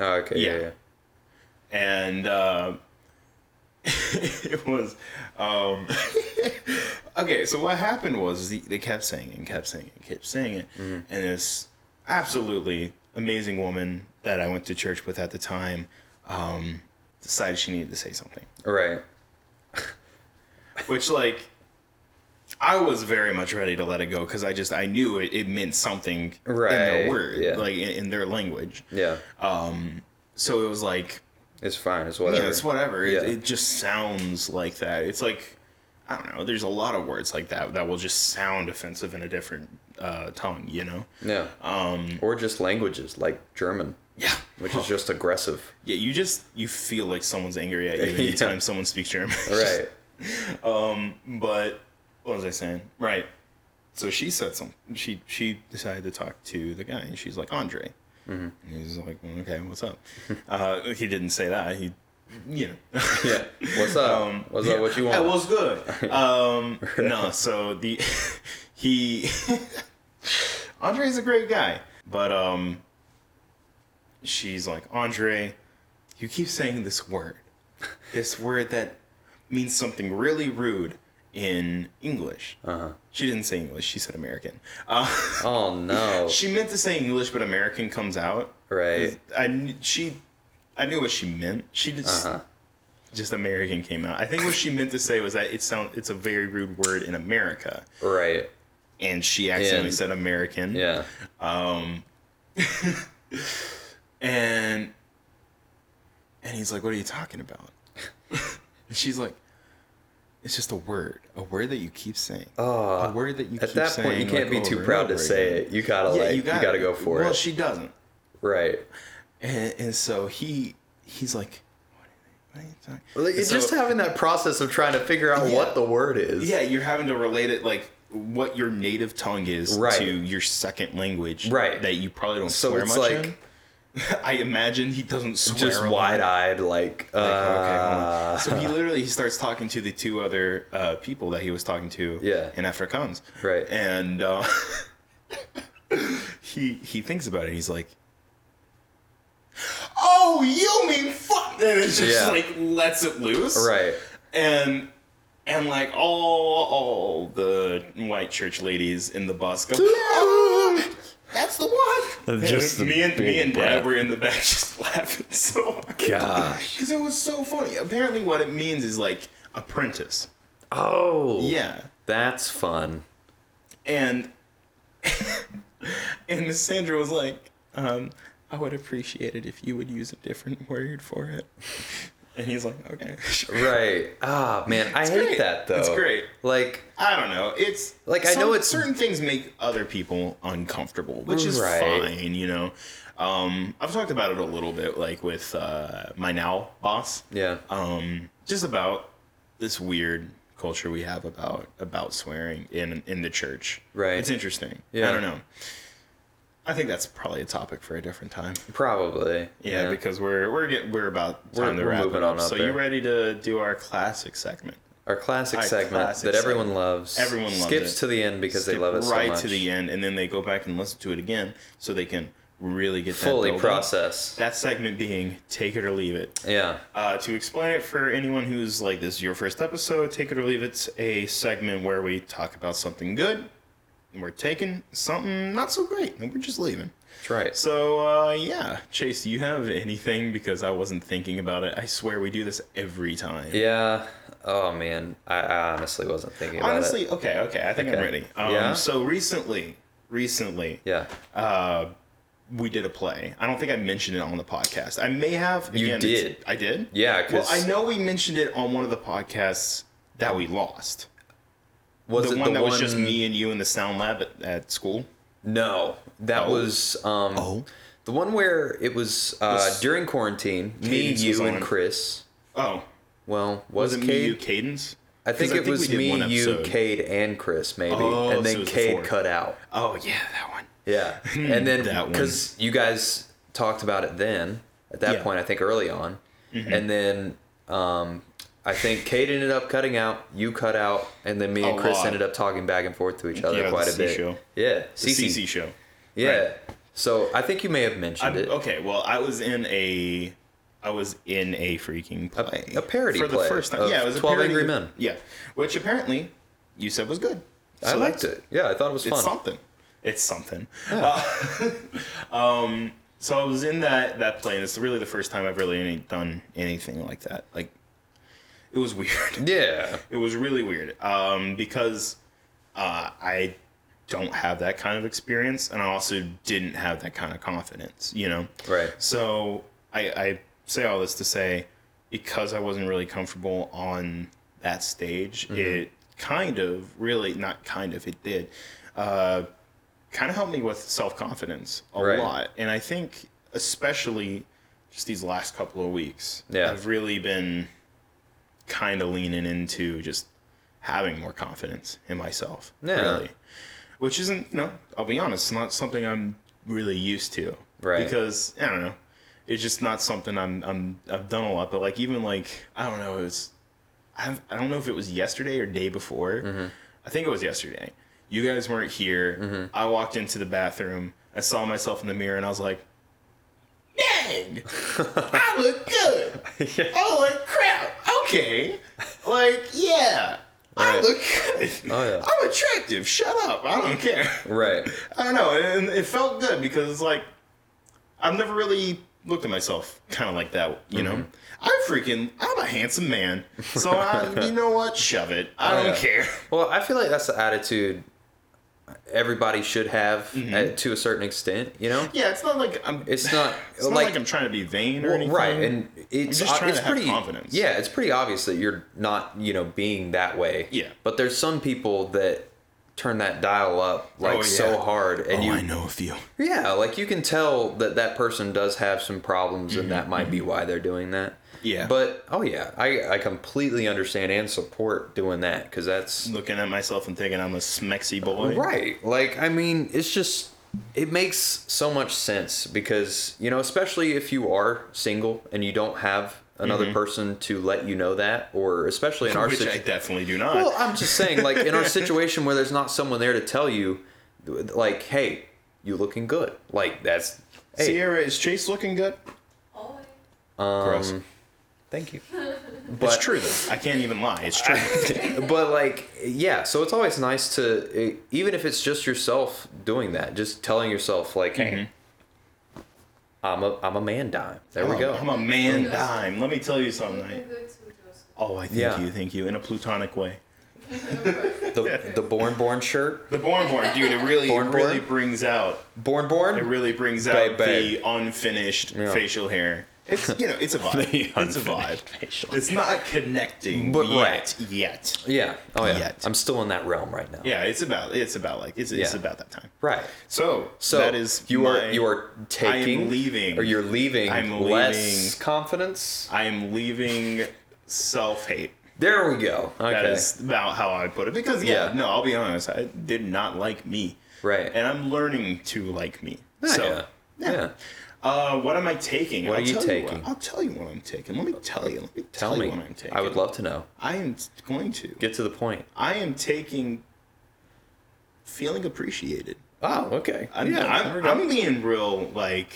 [SPEAKER 1] Oh, okay, yeah,
[SPEAKER 2] yeah.
[SPEAKER 1] yeah.
[SPEAKER 2] and uh, it was um, okay. So what
[SPEAKER 1] Mm-hmm.
[SPEAKER 2] happened was the, they kept saying it, and kept saying it, kept saying it, and it's absolutely amazing woman that I went to church with at the time um, decided she needed to say something.
[SPEAKER 1] Right.
[SPEAKER 2] Which, like, I was very much ready to let it go because I just, I knew it, it meant something in
[SPEAKER 1] Right,
[SPEAKER 2] their word,
[SPEAKER 1] yeah.
[SPEAKER 2] like in, in their language.
[SPEAKER 1] Yeah.
[SPEAKER 2] So it was like,
[SPEAKER 1] It's fine. It's whatever.
[SPEAKER 2] Yeah, it's whatever. It,
[SPEAKER 1] Yeah.
[SPEAKER 2] it just sounds like that. It's like I don't know. There's a lot of words like that that will just sound offensive in a different uh, tongue. You know?
[SPEAKER 1] Yeah. Um, or just languages like German,
[SPEAKER 2] Yeah.
[SPEAKER 1] which is just aggressive.
[SPEAKER 2] Yeah. You just you feel like someone's angry at you
[SPEAKER 1] Yeah.
[SPEAKER 2] anytime someone speaks German.
[SPEAKER 1] Right.
[SPEAKER 2] But what was I saying? Right. So she said something. She she decided to talk to the guy, and she's like Andre. Mm-hmm. And he's like, "Well, okay, what's up? uh, he didn't say that. He, you know.
[SPEAKER 1] yeah. Um, What's up? What's up? What you want?
[SPEAKER 2] That was good. Um, no, so the he Andre's a great guy, but um, she's like Andre, you keep saying this word, this word that means something really rude in English.
[SPEAKER 1] uh-huh.
[SPEAKER 2] She didn't say English; she said American. Uh,
[SPEAKER 1] Oh no.
[SPEAKER 2] she meant to say English, but American comes out.
[SPEAKER 1] right.
[SPEAKER 2] I kn- she, I knew what she meant. She just
[SPEAKER 1] Uh-huh.
[SPEAKER 2] just American came out. I think what she meant to say was that it sound it's a very rude word in America,
[SPEAKER 1] Right.
[SPEAKER 2] and she accidentally
[SPEAKER 1] And-
[SPEAKER 2] said American. Um,
[SPEAKER 1] Yeah.
[SPEAKER 2] And and he's like, "What are you talking about?" and she's like, "It's just a word, a word that you keep saying,
[SPEAKER 1] Oh.
[SPEAKER 2] a word that you
[SPEAKER 1] At
[SPEAKER 2] keep
[SPEAKER 1] that
[SPEAKER 2] saying."
[SPEAKER 1] point, you can't
[SPEAKER 2] like,
[SPEAKER 1] be too
[SPEAKER 2] over and
[SPEAKER 1] proud to
[SPEAKER 2] over
[SPEAKER 1] say
[SPEAKER 2] again.
[SPEAKER 1] it. You gotta
[SPEAKER 2] Yeah,
[SPEAKER 1] like.
[SPEAKER 2] you gotta,
[SPEAKER 1] go for
[SPEAKER 2] Well,
[SPEAKER 1] it.
[SPEAKER 2] she doesn't.
[SPEAKER 1] right.
[SPEAKER 2] And, and so he he's like, "What are you, what are you talking?"
[SPEAKER 1] Like,
[SPEAKER 2] And
[SPEAKER 1] it's just
[SPEAKER 2] so-
[SPEAKER 1] having that process of trying to figure out
[SPEAKER 2] Yeah.
[SPEAKER 1] what the word is.
[SPEAKER 2] Yeah, you're having to relate it like what your native tongue is
[SPEAKER 1] Right.
[SPEAKER 2] to your second language.
[SPEAKER 1] Right.
[SPEAKER 2] That you probably don't
[SPEAKER 1] So
[SPEAKER 2] swear
[SPEAKER 1] it's
[SPEAKER 2] much
[SPEAKER 1] like-
[SPEAKER 2] in. I imagine he doesn't swear.
[SPEAKER 1] Just
[SPEAKER 2] a lot.
[SPEAKER 1] wide-eyed, like. uh,
[SPEAKER 2] Like, okay, hold on. So he literally he starts talking to the two other uh, people that he was talking to
[SPEAKER 1] Yeah.
[SPEAKER 2] in Afrikaans.
[SPEAKER 1] Right.
[SPEAKER 2] And uh, he he thinks about it. He's like, "Oh, you mean fuck?" And it's just
[SPEAKER 1] Yeah.
[SPEAKER 2] like lets it loose
[SPEAKER 1] Right.
[SPEAKER 2] and and like all all the white church ladies in the bus go. "Ah, That's the one.
[SPEAKER 1] That's just
[SPEAKER 2] And
[SPEAKER 1] the
[SPEAKER 2] me and me
[SPEAKER 1] big
[SPEAKER 2] and Dad
[SPEAKER 1] breath.
[SPEAKER 2] were in the back just laughing so hard.
[SPEAKER 1] Gosh.
[SPEAKER 2] because it was so funny. Apparently, what it means is like apprentice.
[SPEAKER 1] Oh.
[SPEAKER 2] Yeah,
[SPEAKER 1] That's fun.
[SPEAKER 2] and and Miss Sandra was like, um, "I would appreciate it if you would use a different word for it." And he's like, "Okay, sure."
[SPEAKER 1] Right. Ah, man, I hate
[SPEAKER 2] great.
[SPEAKER 1] that though.
[SPEAKER 2] It's great.
[SPEAKER 1] Like,
[SPEAKER 2] I don't know. It's
[SPEAKER 1] Like, I know it's-
[SPEAKER 2] certain things make other people uncomfortable, which is
[SPEAKER 1] Right.
[SPEAKER 2] fine, you know. Um, I've talked about it a little bit, like with uh, my now boss,
[SPEAKER 1] yeah.
[SPEAKER 2] um, just about this weird culture we have about about swearing in in the church.
[SPEAKER 1] Right.
[SPEAKER 2] It's interesting.
[SPEAKER 1] Yeah.
[SPEAKER 2] I don't know. I think that's probably a topic for a different time.
[SPEAKER 1] Probably.
[SPEAKER 2] Yeah, because we're we're getting we're about time
[SPEAKER 1] We're-
[SPEAKER 2] to
[SPEAKER 1] we're
[SPEAKER 2] wrap
[SPEAKER 1] moving
[SPEAKER 2] it up.
[SPEAKER 1] on up
[SPEAKER 2] so
[SPEAKER 1] there.
[SPEAKER 2] you ready to do our classic segment?
[SPEAKER 1] Our classic
[SPEAKER 2] Our
[SPEAKER 1] segment
[SPEAKER 2] classic
[SPEAKER 1] that everyone
[SPEAKER 2] segment.
[SPEAKER 1] loves.
[SPEAKER 2] Everyone loves
[SPEAKER 1] skips
[SPEAKER 2] it.
[SPEAKER 1] to the end because they
[SPEAKER 2] skip
[SPEAKER 1] love it so
[SPEAKER 2] right
[SPEAKER 1] much.
[SPEAKER 2] to the end, and then they go back and listen to it again, so they can really get that
[SPEAKER 1] Fully
[SPEAKER 2] build up.
[SPEAKER 1] process.
[SPEAKER 2] That segment being "Take It or Leave It."
[SPEAKER 1] Yeah.
[SPEAKER 2] Uh, to explain it for anyone who's like, "This is your first episode," "Take It or Leave It's a segment where we talk about something good, and we're taking something not so great, and we're just leaving.
[SPEAKER 1] That's right.
[SPEAKER 2] So uh, yeah, Chase, do you have anything? Because I wasn't thinking about it. I swear we do this every time.
[SPEAKER 1] Yeah. Oh man, I, I honestly wasn't thinking about
[SPEAKER 2] Honestly,
[SPEAKER 1] it.
[SPEAKER 2] okay, okay, I think I'm
[SPEAKER 1] Okay.
[SPEAKER 2] ready. Um,
[SPEAKER 1] Yeah?
[SPEAKER 2] So recently, recently,
[SPEAKER 1] Yeah.
[SPEAKER 2] uh, we did a play. I don't think I mentioned it on the podcast. I may have.
[SPEAKER 1] You
[SPEAKER 2] Again, it's-
[SPEAKER 1] did.
[SPEAKER 2] I did.
[SPEAKER 1] Yeah,
[SPEAKER 2] Well,
[SPEAKER 1] 'cause-
[SPEAKER 2] I know we mentioned it on one of the podcasts that we lost.
[SPEAKER 1] Was
[SPEAKER 2] the
[SPEAKER 1] it
[SPEAKER 2] one
[SPEAKER 1] the
[SPEAKER 2] that
[SPEAKER 1] one
[SPEAKER 2] was just me and you in the sound lab at, at school.
[SPEAKER 1] No, that
[SPEAKER 2] Oh.
[SPEAKER 1] was um the one where it was uh,
[SPEAKER 2] This-
[SPEAKER 1] during quarantine. Me,
[SPEAKER 2] Cadence was
[SPEAKER 1] you,
[SPEAKER 2] on.
[SPEAKER 1] and Chris.
[SPEAKER 2] Oh,
[SPEAKER 1] Well,
[SPEAKER 2] was
[SPEAKER 1] was,
[SPEAKER 2] it
[SPEAKER 1] Cade?
[SPEAKER 2] me, you, Cadence?
[SPEAKER 1] I
[SPEAKER 2] 'Cause
[SPEAKER 1] think it
[SPEAKER 2] we
[SPEAKER 1] was
[SPEAKER 2] did one
[SPEAKER 1] me, you,
[SPEAKER 2] episode.
[SPEAKER 1] Cade, and Chris, maybe,
[SPEAKER 2] Oh,
[SPEAKER 1] and
[SPEAKER 2] so
[SPEAKER 1] then
[SPEAKER 2] it was the
[SPEAKER 1] Cade
[SPEAKER 2] fourth.
[SPEAKER 1] cut out.
[SPEAKER 2] Oh yeah, that one.
[SPEAKER 1] Yeah, and then
[SPEAKER 2] that one.
[SPEAKER 1] because you guys talked about it then at that
[SPEAKER 2] Yeah. Mm-hmm.
[SPEAKER 1] point, I think early on, and then um, I think Cade ended up cutting out, you cut out, and then me and
[SPEAKER 2] A
[SPEAKER 1] Chris
[SPEAKER 2] lot.
[SPEAKER 1] ended up talking back and forth to each other
[SPEAKER 2] Yeah, the
[SPEAKER 1] quite a
[SPEAKER 2] C
[SPEAKER 1] bit.
[SPEAKER 2] show.
[SPEAKER 1] Yeah,
[SPEAKER 2] The
[SPEAKER 1] CC.
[SPEAKER 2] CC show.
[SPEAKER 1] Yeah.
[SPEAKER 2] Right.
[SPEAKER 1] So I think you may have
[SPEAKER 2] I-
[SPEAKER 1] mentioned it.
[SPEAKER 2] okay, well, I was in a, I was in a freaking play,
[SPEAKER 1] a parody
[SPEAKER 2] for the
[SPEAKER 1] play
[SPEAKER 2] first time.
[SPEAKER 1] of
[SPEAKER 2] Yeah, it was a
[SPEAKER 1] 12
[SPEAKER 2] parody-
[SPEAKER 1] Angry Men.
[SPEAKER 2] Yeah, which apparently you said was good.
[SPEAKER 1] I
[SPEAKER 2] So
[SPEAKER 1] liked
[SPEAKER 2] that's-
[SPEAKER 1] it. Yeah, I thought it was
[SPEAKER 2] It's
[SPEAKER 1] fun.
[SPEAKER 2] something. It's something. Uh, um, So I was in that that plane. It's really the first time I've really any, done anything like that. Like, it was weird.
[SPEAKER 1] Yeah.
[SPEAKER 2] It was really weird um, because uh, I don't have that kind of experience, and I also didn't have that kind of confidence. You know.
[SPEAKER 1] Right.
[SPEAKER 2] So I, I say all this to say, because I wasn't really comfortable on that stage,
[SPEAKER 1] Mm-hmm.
[SPEAKER 2] it kind of really not kind of it did, uh, kind of helped me with self confidence a
[SPEAKER 1] Right.
[SPEAKER 2] lot, and I think especially just these last couple of weeks,
[SPEAKER 1] Yeah.
[SPEAKER 2] I've really been kind of leaning into just having more confidence in myself,
[SPEAKER 1] Yeah.
[SPEAKER 2] really, which isn't no. I'll be honest, it's not something I'm really used to,
[SPEAKER 1] Right.
[SPEAKER 2] Because I don't know, it's just not something I'm I'm I've done a lot. But like even like I don't know, it was I I don't know if it was yesterday or day before.
[SPEAKER 1] Mm-hmm.
[SPEAKER 2] I think it was yesterday. You guys weren't here. I walked into the bathroom. I saw myself in the mirror, and I was like, "Dang, I look good. I look crap. Okay, like yeah." I
[SPEAKER 1] Right.
[SPEAKER 2] look good.
[SPEAKER 1] Oh, yeah.
[SPEAKER 2] I'm attractive. Shut up. I don't care.
[SPEAKER 1] Right.
[SPEAKER 2] I don't know, and it felt good because it's like I've never really looked at myself kind of like that, you know.
[SPEAKER 1] Mm-hmm.
[SPEAKER 2] I'm freaking, I'm a handsome man, so I, you know what? Shove it. I
[SPEAKER 1] Oh,
[SPEAKER 2] don't
[SPEAKER 1] yeah.
[SPEAKER 2] care.
[SPEAKER 1] Well, I feel like that's the attitude everybody should have uh, to a certain extent, you know?
[SPEAKER 2] Mm-hmm. Yeah, it's not like I'm.
[SPEAKER 1] It's not,
[SPEAKER 2] It's not
[SPEAKER 1] like-
[SPEAKER 2] like, I'm trying to be vain or
[SPEAKER 1] Well,
[SPEAKER 2] anything.
[SPEAKER 1] right, and it's
[SPEAKER 2] just
[SPEAKER 1] uh,
[SPEAKER 2] trying
[SPEAKER 1] it's
[SPEAKER 2] to have
[SPEAKER 1] pretty
[SPEAKER 2] confidence.
[SPEAKER 1] Yeah, it's pretty obvious that you're not you know being that way.
[SPEAKER 2] Yeah.
[SPEAKER 1] but there's some people that turn that dial up like
[SPEAKER 2] Oh,
[SPEAKER 1] so
[SPEAKER 2] yeah.
[SPEAKER 1] hard, and you
[SPEAKER 2] Oh, know a few.
[SPEAKER 1] yeah, like you can tell that that person does have some problems, and that might be why they're doing that.
[SPEAKER 2] Mm-hmm, Yeah.
[SPEAKER 1] but oh yeah, I I completely understand and support doing that because that's
[SPEAKER 2] Looking at myself and thinking I'm a smexy boy.
[SPEAKER 1] Right. Like, I mean, it's just, it makes so much sense because, you know, especially if you are single and you don't have another person to let you know that, or especially in our
[SPEAKER 2] Mm-hmm. Which I
[SPEAKER 1] situation.
[SPEAKER 2] definitely do not.
[SPEAKER 1] Well, I'm just saying, like, in our situation where there's not someone there to tell you, like, hey, you looking good. Like, that's, hey,
[SPEAKER 2] Sierra, is Chase looking good?
[SPEAKER 3] Always.
[SPEAKER 2] Gross.
[SPEAKER 1] thank you.
[SPEAKER 2] it's
[SPEAKER 1] um, but-
[SPEAKER 2] true though. I can't even lie. It's true.
[SPEAKER 1] but like yeah so it's always nice to e, even if it's just yourself doing that just telling yourself like
[SPEAKER 2] Mm-hmm.
[SPEAKER 1] hey i'm a i'm a man dime there we
[SPEAKER 2] I'm
[SPEAKER 1] go
[SPEAKER 2] A, Oh, I'm a man dime. Let me tell you something. I-
[SPEAKER 3] You're good too, Joseph.
[SPEAKER 2] Oh, I thank
[SPEAKER 1] Yeah.
[SPEAKER 2] you, thank you, in a plutonic way.
[SPEAKER 1] the, the born born shirt
[SPEAKER 2] The born born, dude, it really,
[SPEAKER 1] Born
[SPEAKER 2] it really
[SPEAKER 1] Born?
[SPEAKER 2] brings out,
[SPEAKER 1] born
[SPEAKER 2] it
[SPEAKER 1] born
[SPEAKER 2] really brings
[SPEAKER 1] Babe,
[SPEAKER 2] out
[SPEAKER 1] babe.
[SPEAKER 2] the unfinished
[SPEAKER 1] Yeah.
[SPEAKER 2] facial hair. It's you know, it's a vibe. it's a vibe. It's not connecting,
[SPEAKER 1] But
[SPEAKER 2] yet, yet.
[SPEAKER 1] yeah oh yeah
[SPEAKER 2] Yet.
[SPEAKER 1] i'm still in that realm right now
[SPEAKER 2] Yeah, it's about, it's about like, it's, it's
[SPEAKER 1] Yeah.
[SPEAKER 2] about that time.
[SPEAKER 1] right
[SPEAKER 2] So,
[SPEAKER 1] so
[SPEAKER 2] that is
[SPEAKER 1] you
[SPEAKER 2] my-
[SPEAKER 1] are you are taking
[SPEAKER 2] leaving.
[SPEAKER 1] or you're leaving
[SPEAKER 2] I'm
[SPEAKER 1] less
[SPEAKER 2] leaving.
[SPEAKER 1] confidence
[SPEAKER 2] I am leaving self hate.
[SPEAKER 1] there we go okay
[SPEAKER 2] That is about how I put it. Because yeah,
[SPEAKER 1] Yeah.
[SPEAKER 2] no, I'll be honest, I did not like me.
[SPEAKER 1] Right.
[SPEAKER 2] And I'm learning to like me.
[SPEAKER 1] Yeah,
[SPEAKER 2] so
[SPEAKER 1] Ah, yeah. yeah
[SPEAKER 2] Uh, what am I taking?
[SPEAKER 1] What
[SPEAKER 2] I'll
[SPEAKER 1] are you
[SPEAKER 2] tell
[SPEAKER 1] taking?
[SPEAKER 2] I'll tell you what I'm taking. Let me tell you. Let me tell,
[SPEAKER 1] tell
[SPEAKER 2] you
[SPEAKER 1] me
[SPEAKER 2] what I'm taking.
[SPEAKER 1] i would love to know
[SPEAKER 2] I am going to.
[SPEAKER 1] get to the point
[SPEAKER 2] I am taking feeling appreciated.
[SPEAKER 1] oh okay
[SPEAKER 2] I'm,
[SPEAKER 1] yeah there we
[SPEAKER 2] I'm,
[SPEAKER 1] go.
[SPEAKER 2] I'm being real, like,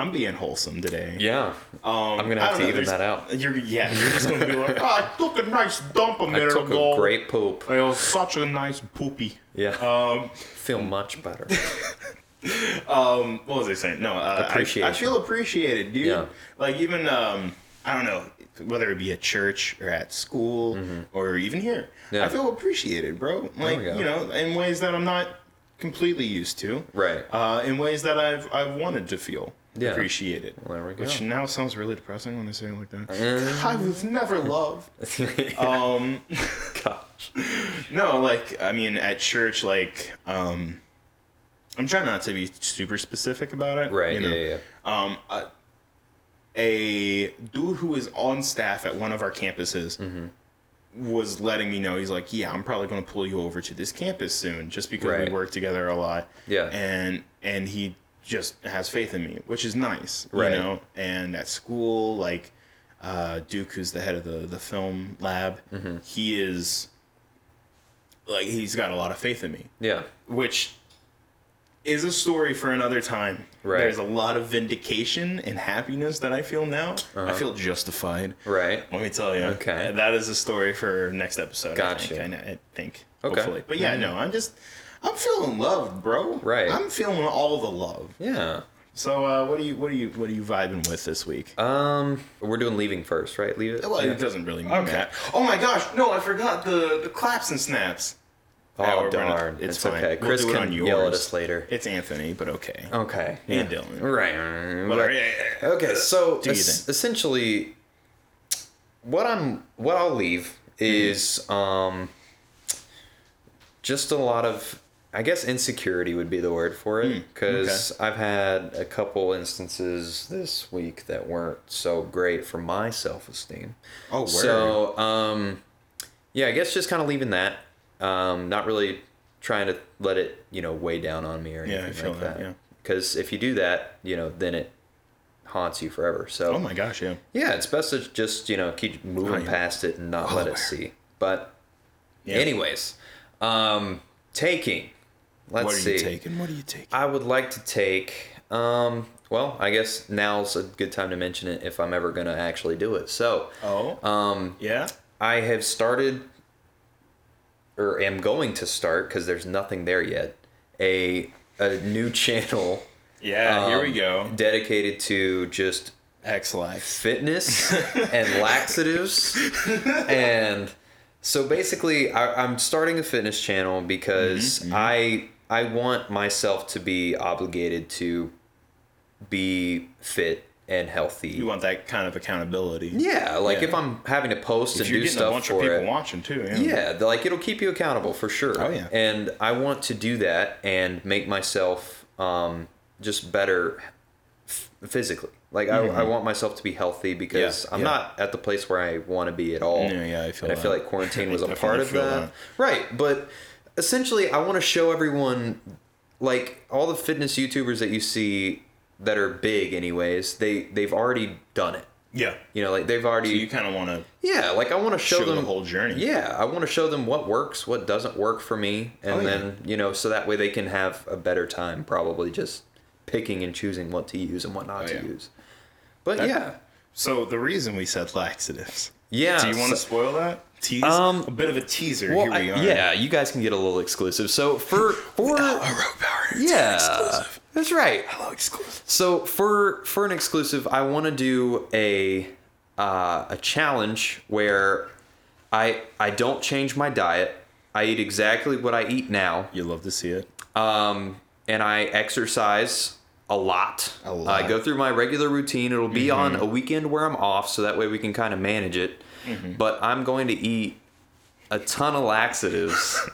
[SPEAKER 2] I'm being wholesome today.
[SPEAKER 1] Yeah.
[SPEAKER 2] Um,
[SPEAKER 1] I'm gonna have
[SPEAKER 2] I don't
[SPEAKER 1] to even
[SPEAKER 2] there's-
[SPEAKER 1] that out.
[SPEAKER 2] You're, yeah, you're just gonna be like, "Ah, I took a nice dump a Uh,
[SPEAKER 1] I
[SPEAKER 2] minute
[SPEAKER 1] took
[SPEAKER 2] ago.
[SPEAKER 1] a great poop.
[SPEAKER 2] It was such a nice poopy.
[SPEAKER 1] Yeah.
[SPEAKER 2] Um,
[SPEAKER 1] Feel much better.
[SPEAKER 2] um, what was I saying? No, uh, I, I
[SPEAKER 1] Appreciation.
[SPEAKER 2] feel appreciated, dude.
[SPEAKER 1] Yeah.
[SPEAKER 2] Like even um, I don't know whether it be at church or at school or even here,
[SPEAKER 1] Mm-hmm. Yeah.
[SPEAKER 2] I feel appreciated, bro. Like
[SPEAKER 1] we go.
[SPEAKER 2] you know, in ways that I'm not completely used to.
[SPEAKER 1] Right.
[SPEAKER 2] Uh, in ways that I've I've wanted to feel
[SPEAKER 1] Yeah.
[SPEAKER 2] appreciated.
[SPEAKER 1] Well, there we
[SPEAKER 2] Which
[SPEAKER 1] go. Uh,
[SPEAKER 2] now sounds really depressing when I say it like that. I was never loved. Um.
[SPEAKER 1] Gosh.
[SPEAKER 2] No, like I mean, at church, like um, I'm trying not to be super specific about it.
[SPEAKER 1] Right.
[SPEAKER 2] you know.
[SPEAKER 1] yeah, yeah.
[SPEAKER 2] Um, a, a dude who is on staff at one of our campuses
[SPEAKER 1] Mm-hmm.
[SPEAKER 2] was letting me know he's like, yeah, I'm probably gonna pull you over to this campus soon, just because
[SPEAKER 1] Right.
[SPEAKER 2] we work together a lot.
[SPEAKER 1] Yeah.
[SPEAKER 2] And and he just has faith in me, which is nice.
[SPEAKER 1] Right.
[SPEAKER 2] You know. And at school, like uh, Duke, who's the head of the the film lab,
[SPEAKER 1] Mm-hmm.
[SPEAKER 2] he is like he's got a lot of faith in me
[SPEAKER 1] Yeah.
[SPEAKER 2] which is a story for another time.
[SPEAKER 1] Right.
[SPEAKER 2] There's a lot of vindication and happiness that I feel now. I feel justified.
[SPEAKER 1] Uh-huh. Right.
[SPEAKER 2] Let me tell you.
[SPEAKER 1] Okay.
[SPEAKER 2] That is a story for next episode.
[SPEAKER 1] Gotcha.
[SPEAKER 2] I think. I, I think
[SPEAKER 1] Okay.
[SPEAKER 2] Hopefully. But yeah, no, I'm just, I'm feeling loved, bro.
[SPEAKER 1] Right.
[SPEAKER 2] I'm feeling all the love.
[SPEAKER 1] Yeah.
[SPEAKER 2] So uh, what do you what do you what are you vibing with this week?
[SPEAKER 1] Um, we're doing leaving first, right? Leave it.
[SPEAKER 2] well,
[SPEAKER 1] Yeah.
[SPEAKER 2] it doesn't really matter. Oh my gosh! No, I forgot the the claps and snaps. Now
[SPEAKER 1] Oh
[SPEAKER 2] we're running-
[SPEAKER 1] darn! It's,
[SPEAKER 2] fine.
[SPEAKER 1] okay. Chris
[SPEAKER 2] do it
[SPEAKER 1] can
[SPEAKER 2] on
[SPEAKER 1] yell at
[SPEAKER 2] yours.
[SPEAKER 1] us later.
[SPEAKER 2] It's Anthony, but okay.
[SPEAKER 1] Okay.
[SPEAKER 2] And Dylan.
[SPEAKER 1] Right.
[SPEAKER 2] Well,
[SPEAKER 1] Oh, right.
[SPEAKER 2] yeah, yeah, yeah.
[SPEAKER 1] Okay, so
[SPEAKER 2] Do you
[SPEAKER 1] es-
[SPEAKER 2] think?
[SPEAKER 1] essentially, what I'm what I'll leave
[SPEAKER 2] Mm-hmm.
[SPEAKER 1] is um, just a lot of I guess insecurity would be the word for it
[SPEAKER 2] Mm,
[SPEAKER 1] because I've had a couple instances this week that weren't so great for my self esteem.
[SPEAKER 2] Oh, word.
[SPEAKER 1] so um, yeah, I guess just kind of leaving that, um, not really trying to let it you know weigh down on me or
[SPEAKER 2] Yeah, I
[SPEAKER 1] anything
[SPEAKER 2] feel
[SPEAKER 1] like
[SPEAKER 2] that,
[SPEAKER 1] that.
[SPEAKER 2] yeah.
[SPEAKER 1] Because if you do that, you know, then it haunts you forever. So
[SPEAKER 2] Oh my gosh! Yeah.
[SPEAKER 1] yeah, it's best to just you know keep moving
[SPEAKER 2] Oh, yeah.
[SPEAKER 1] past it and not let
[SPEAKER 2] aware.
[SPEAKER 1] it see. But
[SPEAKER 2] yeah.
[SPEAKER 1] anyways, um, taking. Let's
[SPEAKER 2] what are
[SPEAKER 1] see.
[SPEAKER 2] you taking? What are you taking?
[SPEAKER 1] I would like to take. Um, well, I guess now's a good time to mention it if I'm ever gonna actually do it. So
[SPEAKER 2] oh. Um. Yeah.
[SPEAKER 1] I have started, or am going to start, because there's nothing there yet. A a new channel.
[SPEAKER 2] Yeah. here we
[SPEAKER 1] um,
[SPEAKER 2] go.
[SPEAKER 1] Dedicated to just
[SPEAKER 2] X life.
[SPEAKER 1] fitness and laxatives and so basically I, i'm starting a fitness channel because
[SPEAKER 2] Mm-hmm,
[SPEAKER 1] i i want myself to be obligated to be fit and healthy
[SPEAKER 2] You want that kind of accountability.
[SPEAKER 1] yeah like
[SPEAKER 2] Yeah.
[SPEAKER 1] if i'm having to post
[SPEAKER 2] If
[SPEAKER 1] and
[SPEAKER 2] you're
[SPEAKER 1] do
[SPEAKER 2] getting
[SPEAKER 1] stuff
[SPEAKER 2] a bunch
[SPEAKER 1] for
[SPEAKER 2] of people
[SPEAKER 1] it
[SPEAKER 2] watching too. Yeah.
[SPEAKER 1] yeah, th- like it'll keep you accountable for sure.
[SPEAKER 2] Oh, yeah.
[SPEAKER 1] And I want to do that and make myself um, just better f- physically. Like I, I want myself to be healthy because
[SPEAKER 2] Mm-hmm. Yeah,
[SPEAKER 1] I'm
[SPEAKER 2] yeah.
[SPEAKER 1] not at the place where I want to be at all.
[SPEAKER 2] Yeah, yeah, I feel
[SPEAKER 1] And I feel
[SPEAKER 2] that.
[SPEAKER 1] like quarantine
[SPEAKER 2] I
[SPEAKER 1] was a
[SPEAKER 2] definitely
[SPEAKER 1] part of
[SPEAKER 2] feel
[SPEAKER 1] that.
[SPEAKER 2] that.
[SPEAKER 1] Right, but essentially I want to show everyone like all the fitness YouTubers that you see that are big anyways, they they've already done it.
[SPEAKER 2] Yeah.
[SPEAKER 1] You know, like they've already
[SPEAKER 2] You kind of want to
[SPEAKER 1] yeah, like I want to show,
[SPEAKER 2] show
[SPEAKER 1] them
[SPEAKER 2] the whole journey.
[SPEAKER 1] Yeah, I want to show them what works, what doesn't work for me, and
[SPEAKER 2] Oh, yeah.
[SPEAKER 1] then you know, so that way they can have a better time, probably just picking and choosing what to use and what not
[SPEAKER 2] Oh,
[SPEAKER 1] to
[SPEAKER 2] yeah.
[SPEAKER 1] use. But
[SPEAKER 2] That-
[SPEAKER 1] yeah,
[SPEAKER 2] So the reason we said laxatives.
[SPEAKER 1] yeah.
[SPEAKER 2] Do you want to
[SPEAKER 1] so-
[SPEAKER 2] spoil that? Tease.
[SPEAKER 1] Um,
[SPEAKER 2] a bit of a teaser.
[SPEAKER 1] well,
[SPEAKER 2] Here we
[SPEAKER 1] I-
[SPEAKER 2] are.
[SPEAKER 1] yeah, you guys can get a little exclusive. So for for
[SPEAKER 2] rope power.
[SPEAKER 1] yeah, that's right.
[SPEAKER 2] Hello, exclusive.
[SPEAKER 1] So for for an exclusive, I want to do a uh, a challenge where I I don't change my diet. I eat exactly what I eat now,
[SPEAKER 2] You love to see it.
[SPEAKER 1] um, and I exercise a lot.
[SPEAKER 2] A lot. Mm-hmm.
[SPEAKER 1] I go through my regular routine. It'll be on a weekend where I'm off, so that way we can kind of manage it.
[SPEAKER 2] Mm-hmm.
[SPEAKER 1] But I'm going to eat a ton of laxatives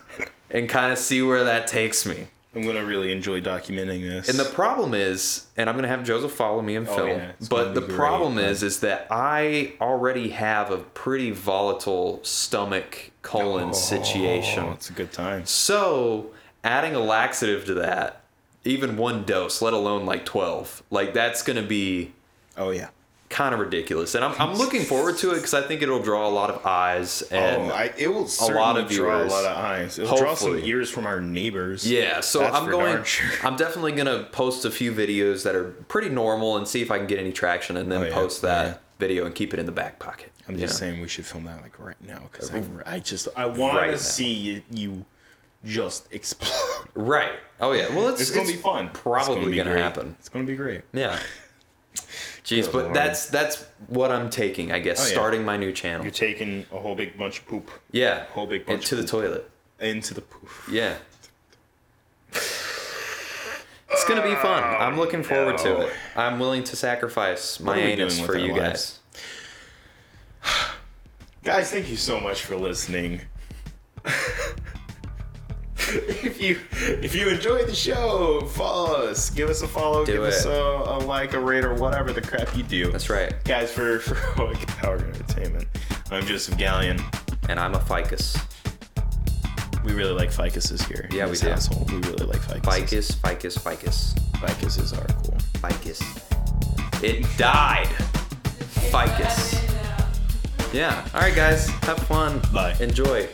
[SPEAKER 1] and kind of see where that takes me.
[SPEAKER 2] I'm gonna really enjoy documenting this.
[SPEAKER 1] And the problem is, and I'm gonna have Joseph follow me and
[SPEAKER 2] Oh,
[SPEAKER 1] film.
[SPEAKER 2] yeah, it's
[SPEAKER 1] but
[SPEAKER 2] gonna be
[SPEAKER 1] the
[SPEAKER 2] great,
[SPEAKER 1] problem
[SPEAKER 2] man.
[SPEAKER 1] is, is that I already have a pretty volatile stomach colon
[SPEAKER 2] oh,
[SPEAKER 1] situation.
[SPEAKER 2] it's a good time.
[SPEAKER 1] So adding a laxative to that, even one dose, let alone like twelve, like that's gonna be
[SPEAKER 2] Oh yeah.
[SPEAKER 1] kind of ridiculous. And I'm, I'm looking forward to it because I think it'll draw a lot of eyes and.
[SPEAKER 2] oh, I, it will certainly
[SPEAKER 1] lot of
[SPEAKER 2] draw
[SPEAKER 1] viewers.
[SPEAKER 2] a lot of eyes. It'll draw some
[SPEAKER 1] Hopefully.
[SPEAKER 2] ears from our neighbors.
[SPEAKER 1] Yeah, so
[SPEAKER 2] That's
[SPEAKER 1] I'm
[SPEAKER 2] for
[SPEAKER 1] going.
[SPEAKER 2] darn sure.
[SPEAKER 1] I'm definitely gonna post a few videos that are pretty normal and see if I can get any traction, and then
[SPEAKER 2] Oh, yeah.
[SPEAKER 1] post that
[SPEAKER 2] Yeah.
[SPEAKER 1] video and keep it in the back pocket.
[SPEAKER 2] I'm
[SPEAKER 1] you
[SPEAKER 2] just
[SPEAKER 1] know?
[SPEAKER 2] saying we should film that like right now because I, I just I want
[SPEAKER 1] Right now.
[SPEAKER 2] to see you, you just explode.
[SPEAKER 1] Right. Oh yeah. Well, it's,
[SPEAKER 2] It's gonna be fun. It's gonna
[SPEAKER 1] Probably
[SPEAKER 2] be
[SPEAKER 1] gonna,
[SPEAKER 2] great.
[SPEAKER 1] happen.
[SPEAKER 2] It's gonna be great.
[SPEAKER 1] Yeah. Jeez,
[SPEAKER 2] Good
[SPEAKER 1] but
[SPEAKER 2] lord.
[SPEAKER 1] that's that's what I'm taking, I guess.
[SPEAKER 2] Oh, yeah.
[SPEAKER 1] Starting my new channel.
[SPEAKER 2] You're taking a whole big bunch of poop
[SPEAKER 1] yeah.
[SPEAKER 2] whole big bunch
[SPEAKER 1] into the
[SPEAKER 2] of-
[SPEAKER 1] toilet.
[SPEAKER 2] into the poof.
[SPEAKER 1] Yeah. It's gonna be fun. I'm looking forward
[SPEAKER 2] Oh, no.
[SPEAKER 1] to it. I'm willing to sacrifice my
[SPEAKER 2] What are we
[SPEAKER 1] anus
[SPEAKER 2] doing
[SPEAKER 1] for
[SPEAKER 2] with our
[SPEAKER 1] you
[SPEAKER 2] lives? Guys, thank you so much for listening. if you if you enjoyed the show, follow us. Give us a follow.
[SPEAKER 1] Do
[SPEAKER 2] give us
[SPEAKER 1] it.
[SPEAKER 2] a, a like, a rate, or whatever the crap you do.
[SPEAKER 1] That's right.
[SPEAKER 2] Guys, for for Heroic Power Entertainment, I'm Joseph Gallion.
[SPEAKER 1] guys. And I'm a ficus.
[SPEAKER 2] We really like ficuses here.
[SPEAKER 1] Yeah,
[SPEAKER 2] in
[SPEAKER 1] we
[SPEAKER 2] this
[SPEAKER 1] do.
[SPEAKER 2] Household. We really like ficuses.
[SPEAKER 1] Ficus, ficus, ficus,
[SPEAKER 2] Ficuses are cool.
[SPEAKER 1] ficus. It died. Ficus. Yeah. All right, guys. Have fun.
[SPEAKER 2] Bye.
[SPEAKER 1] Enjoy.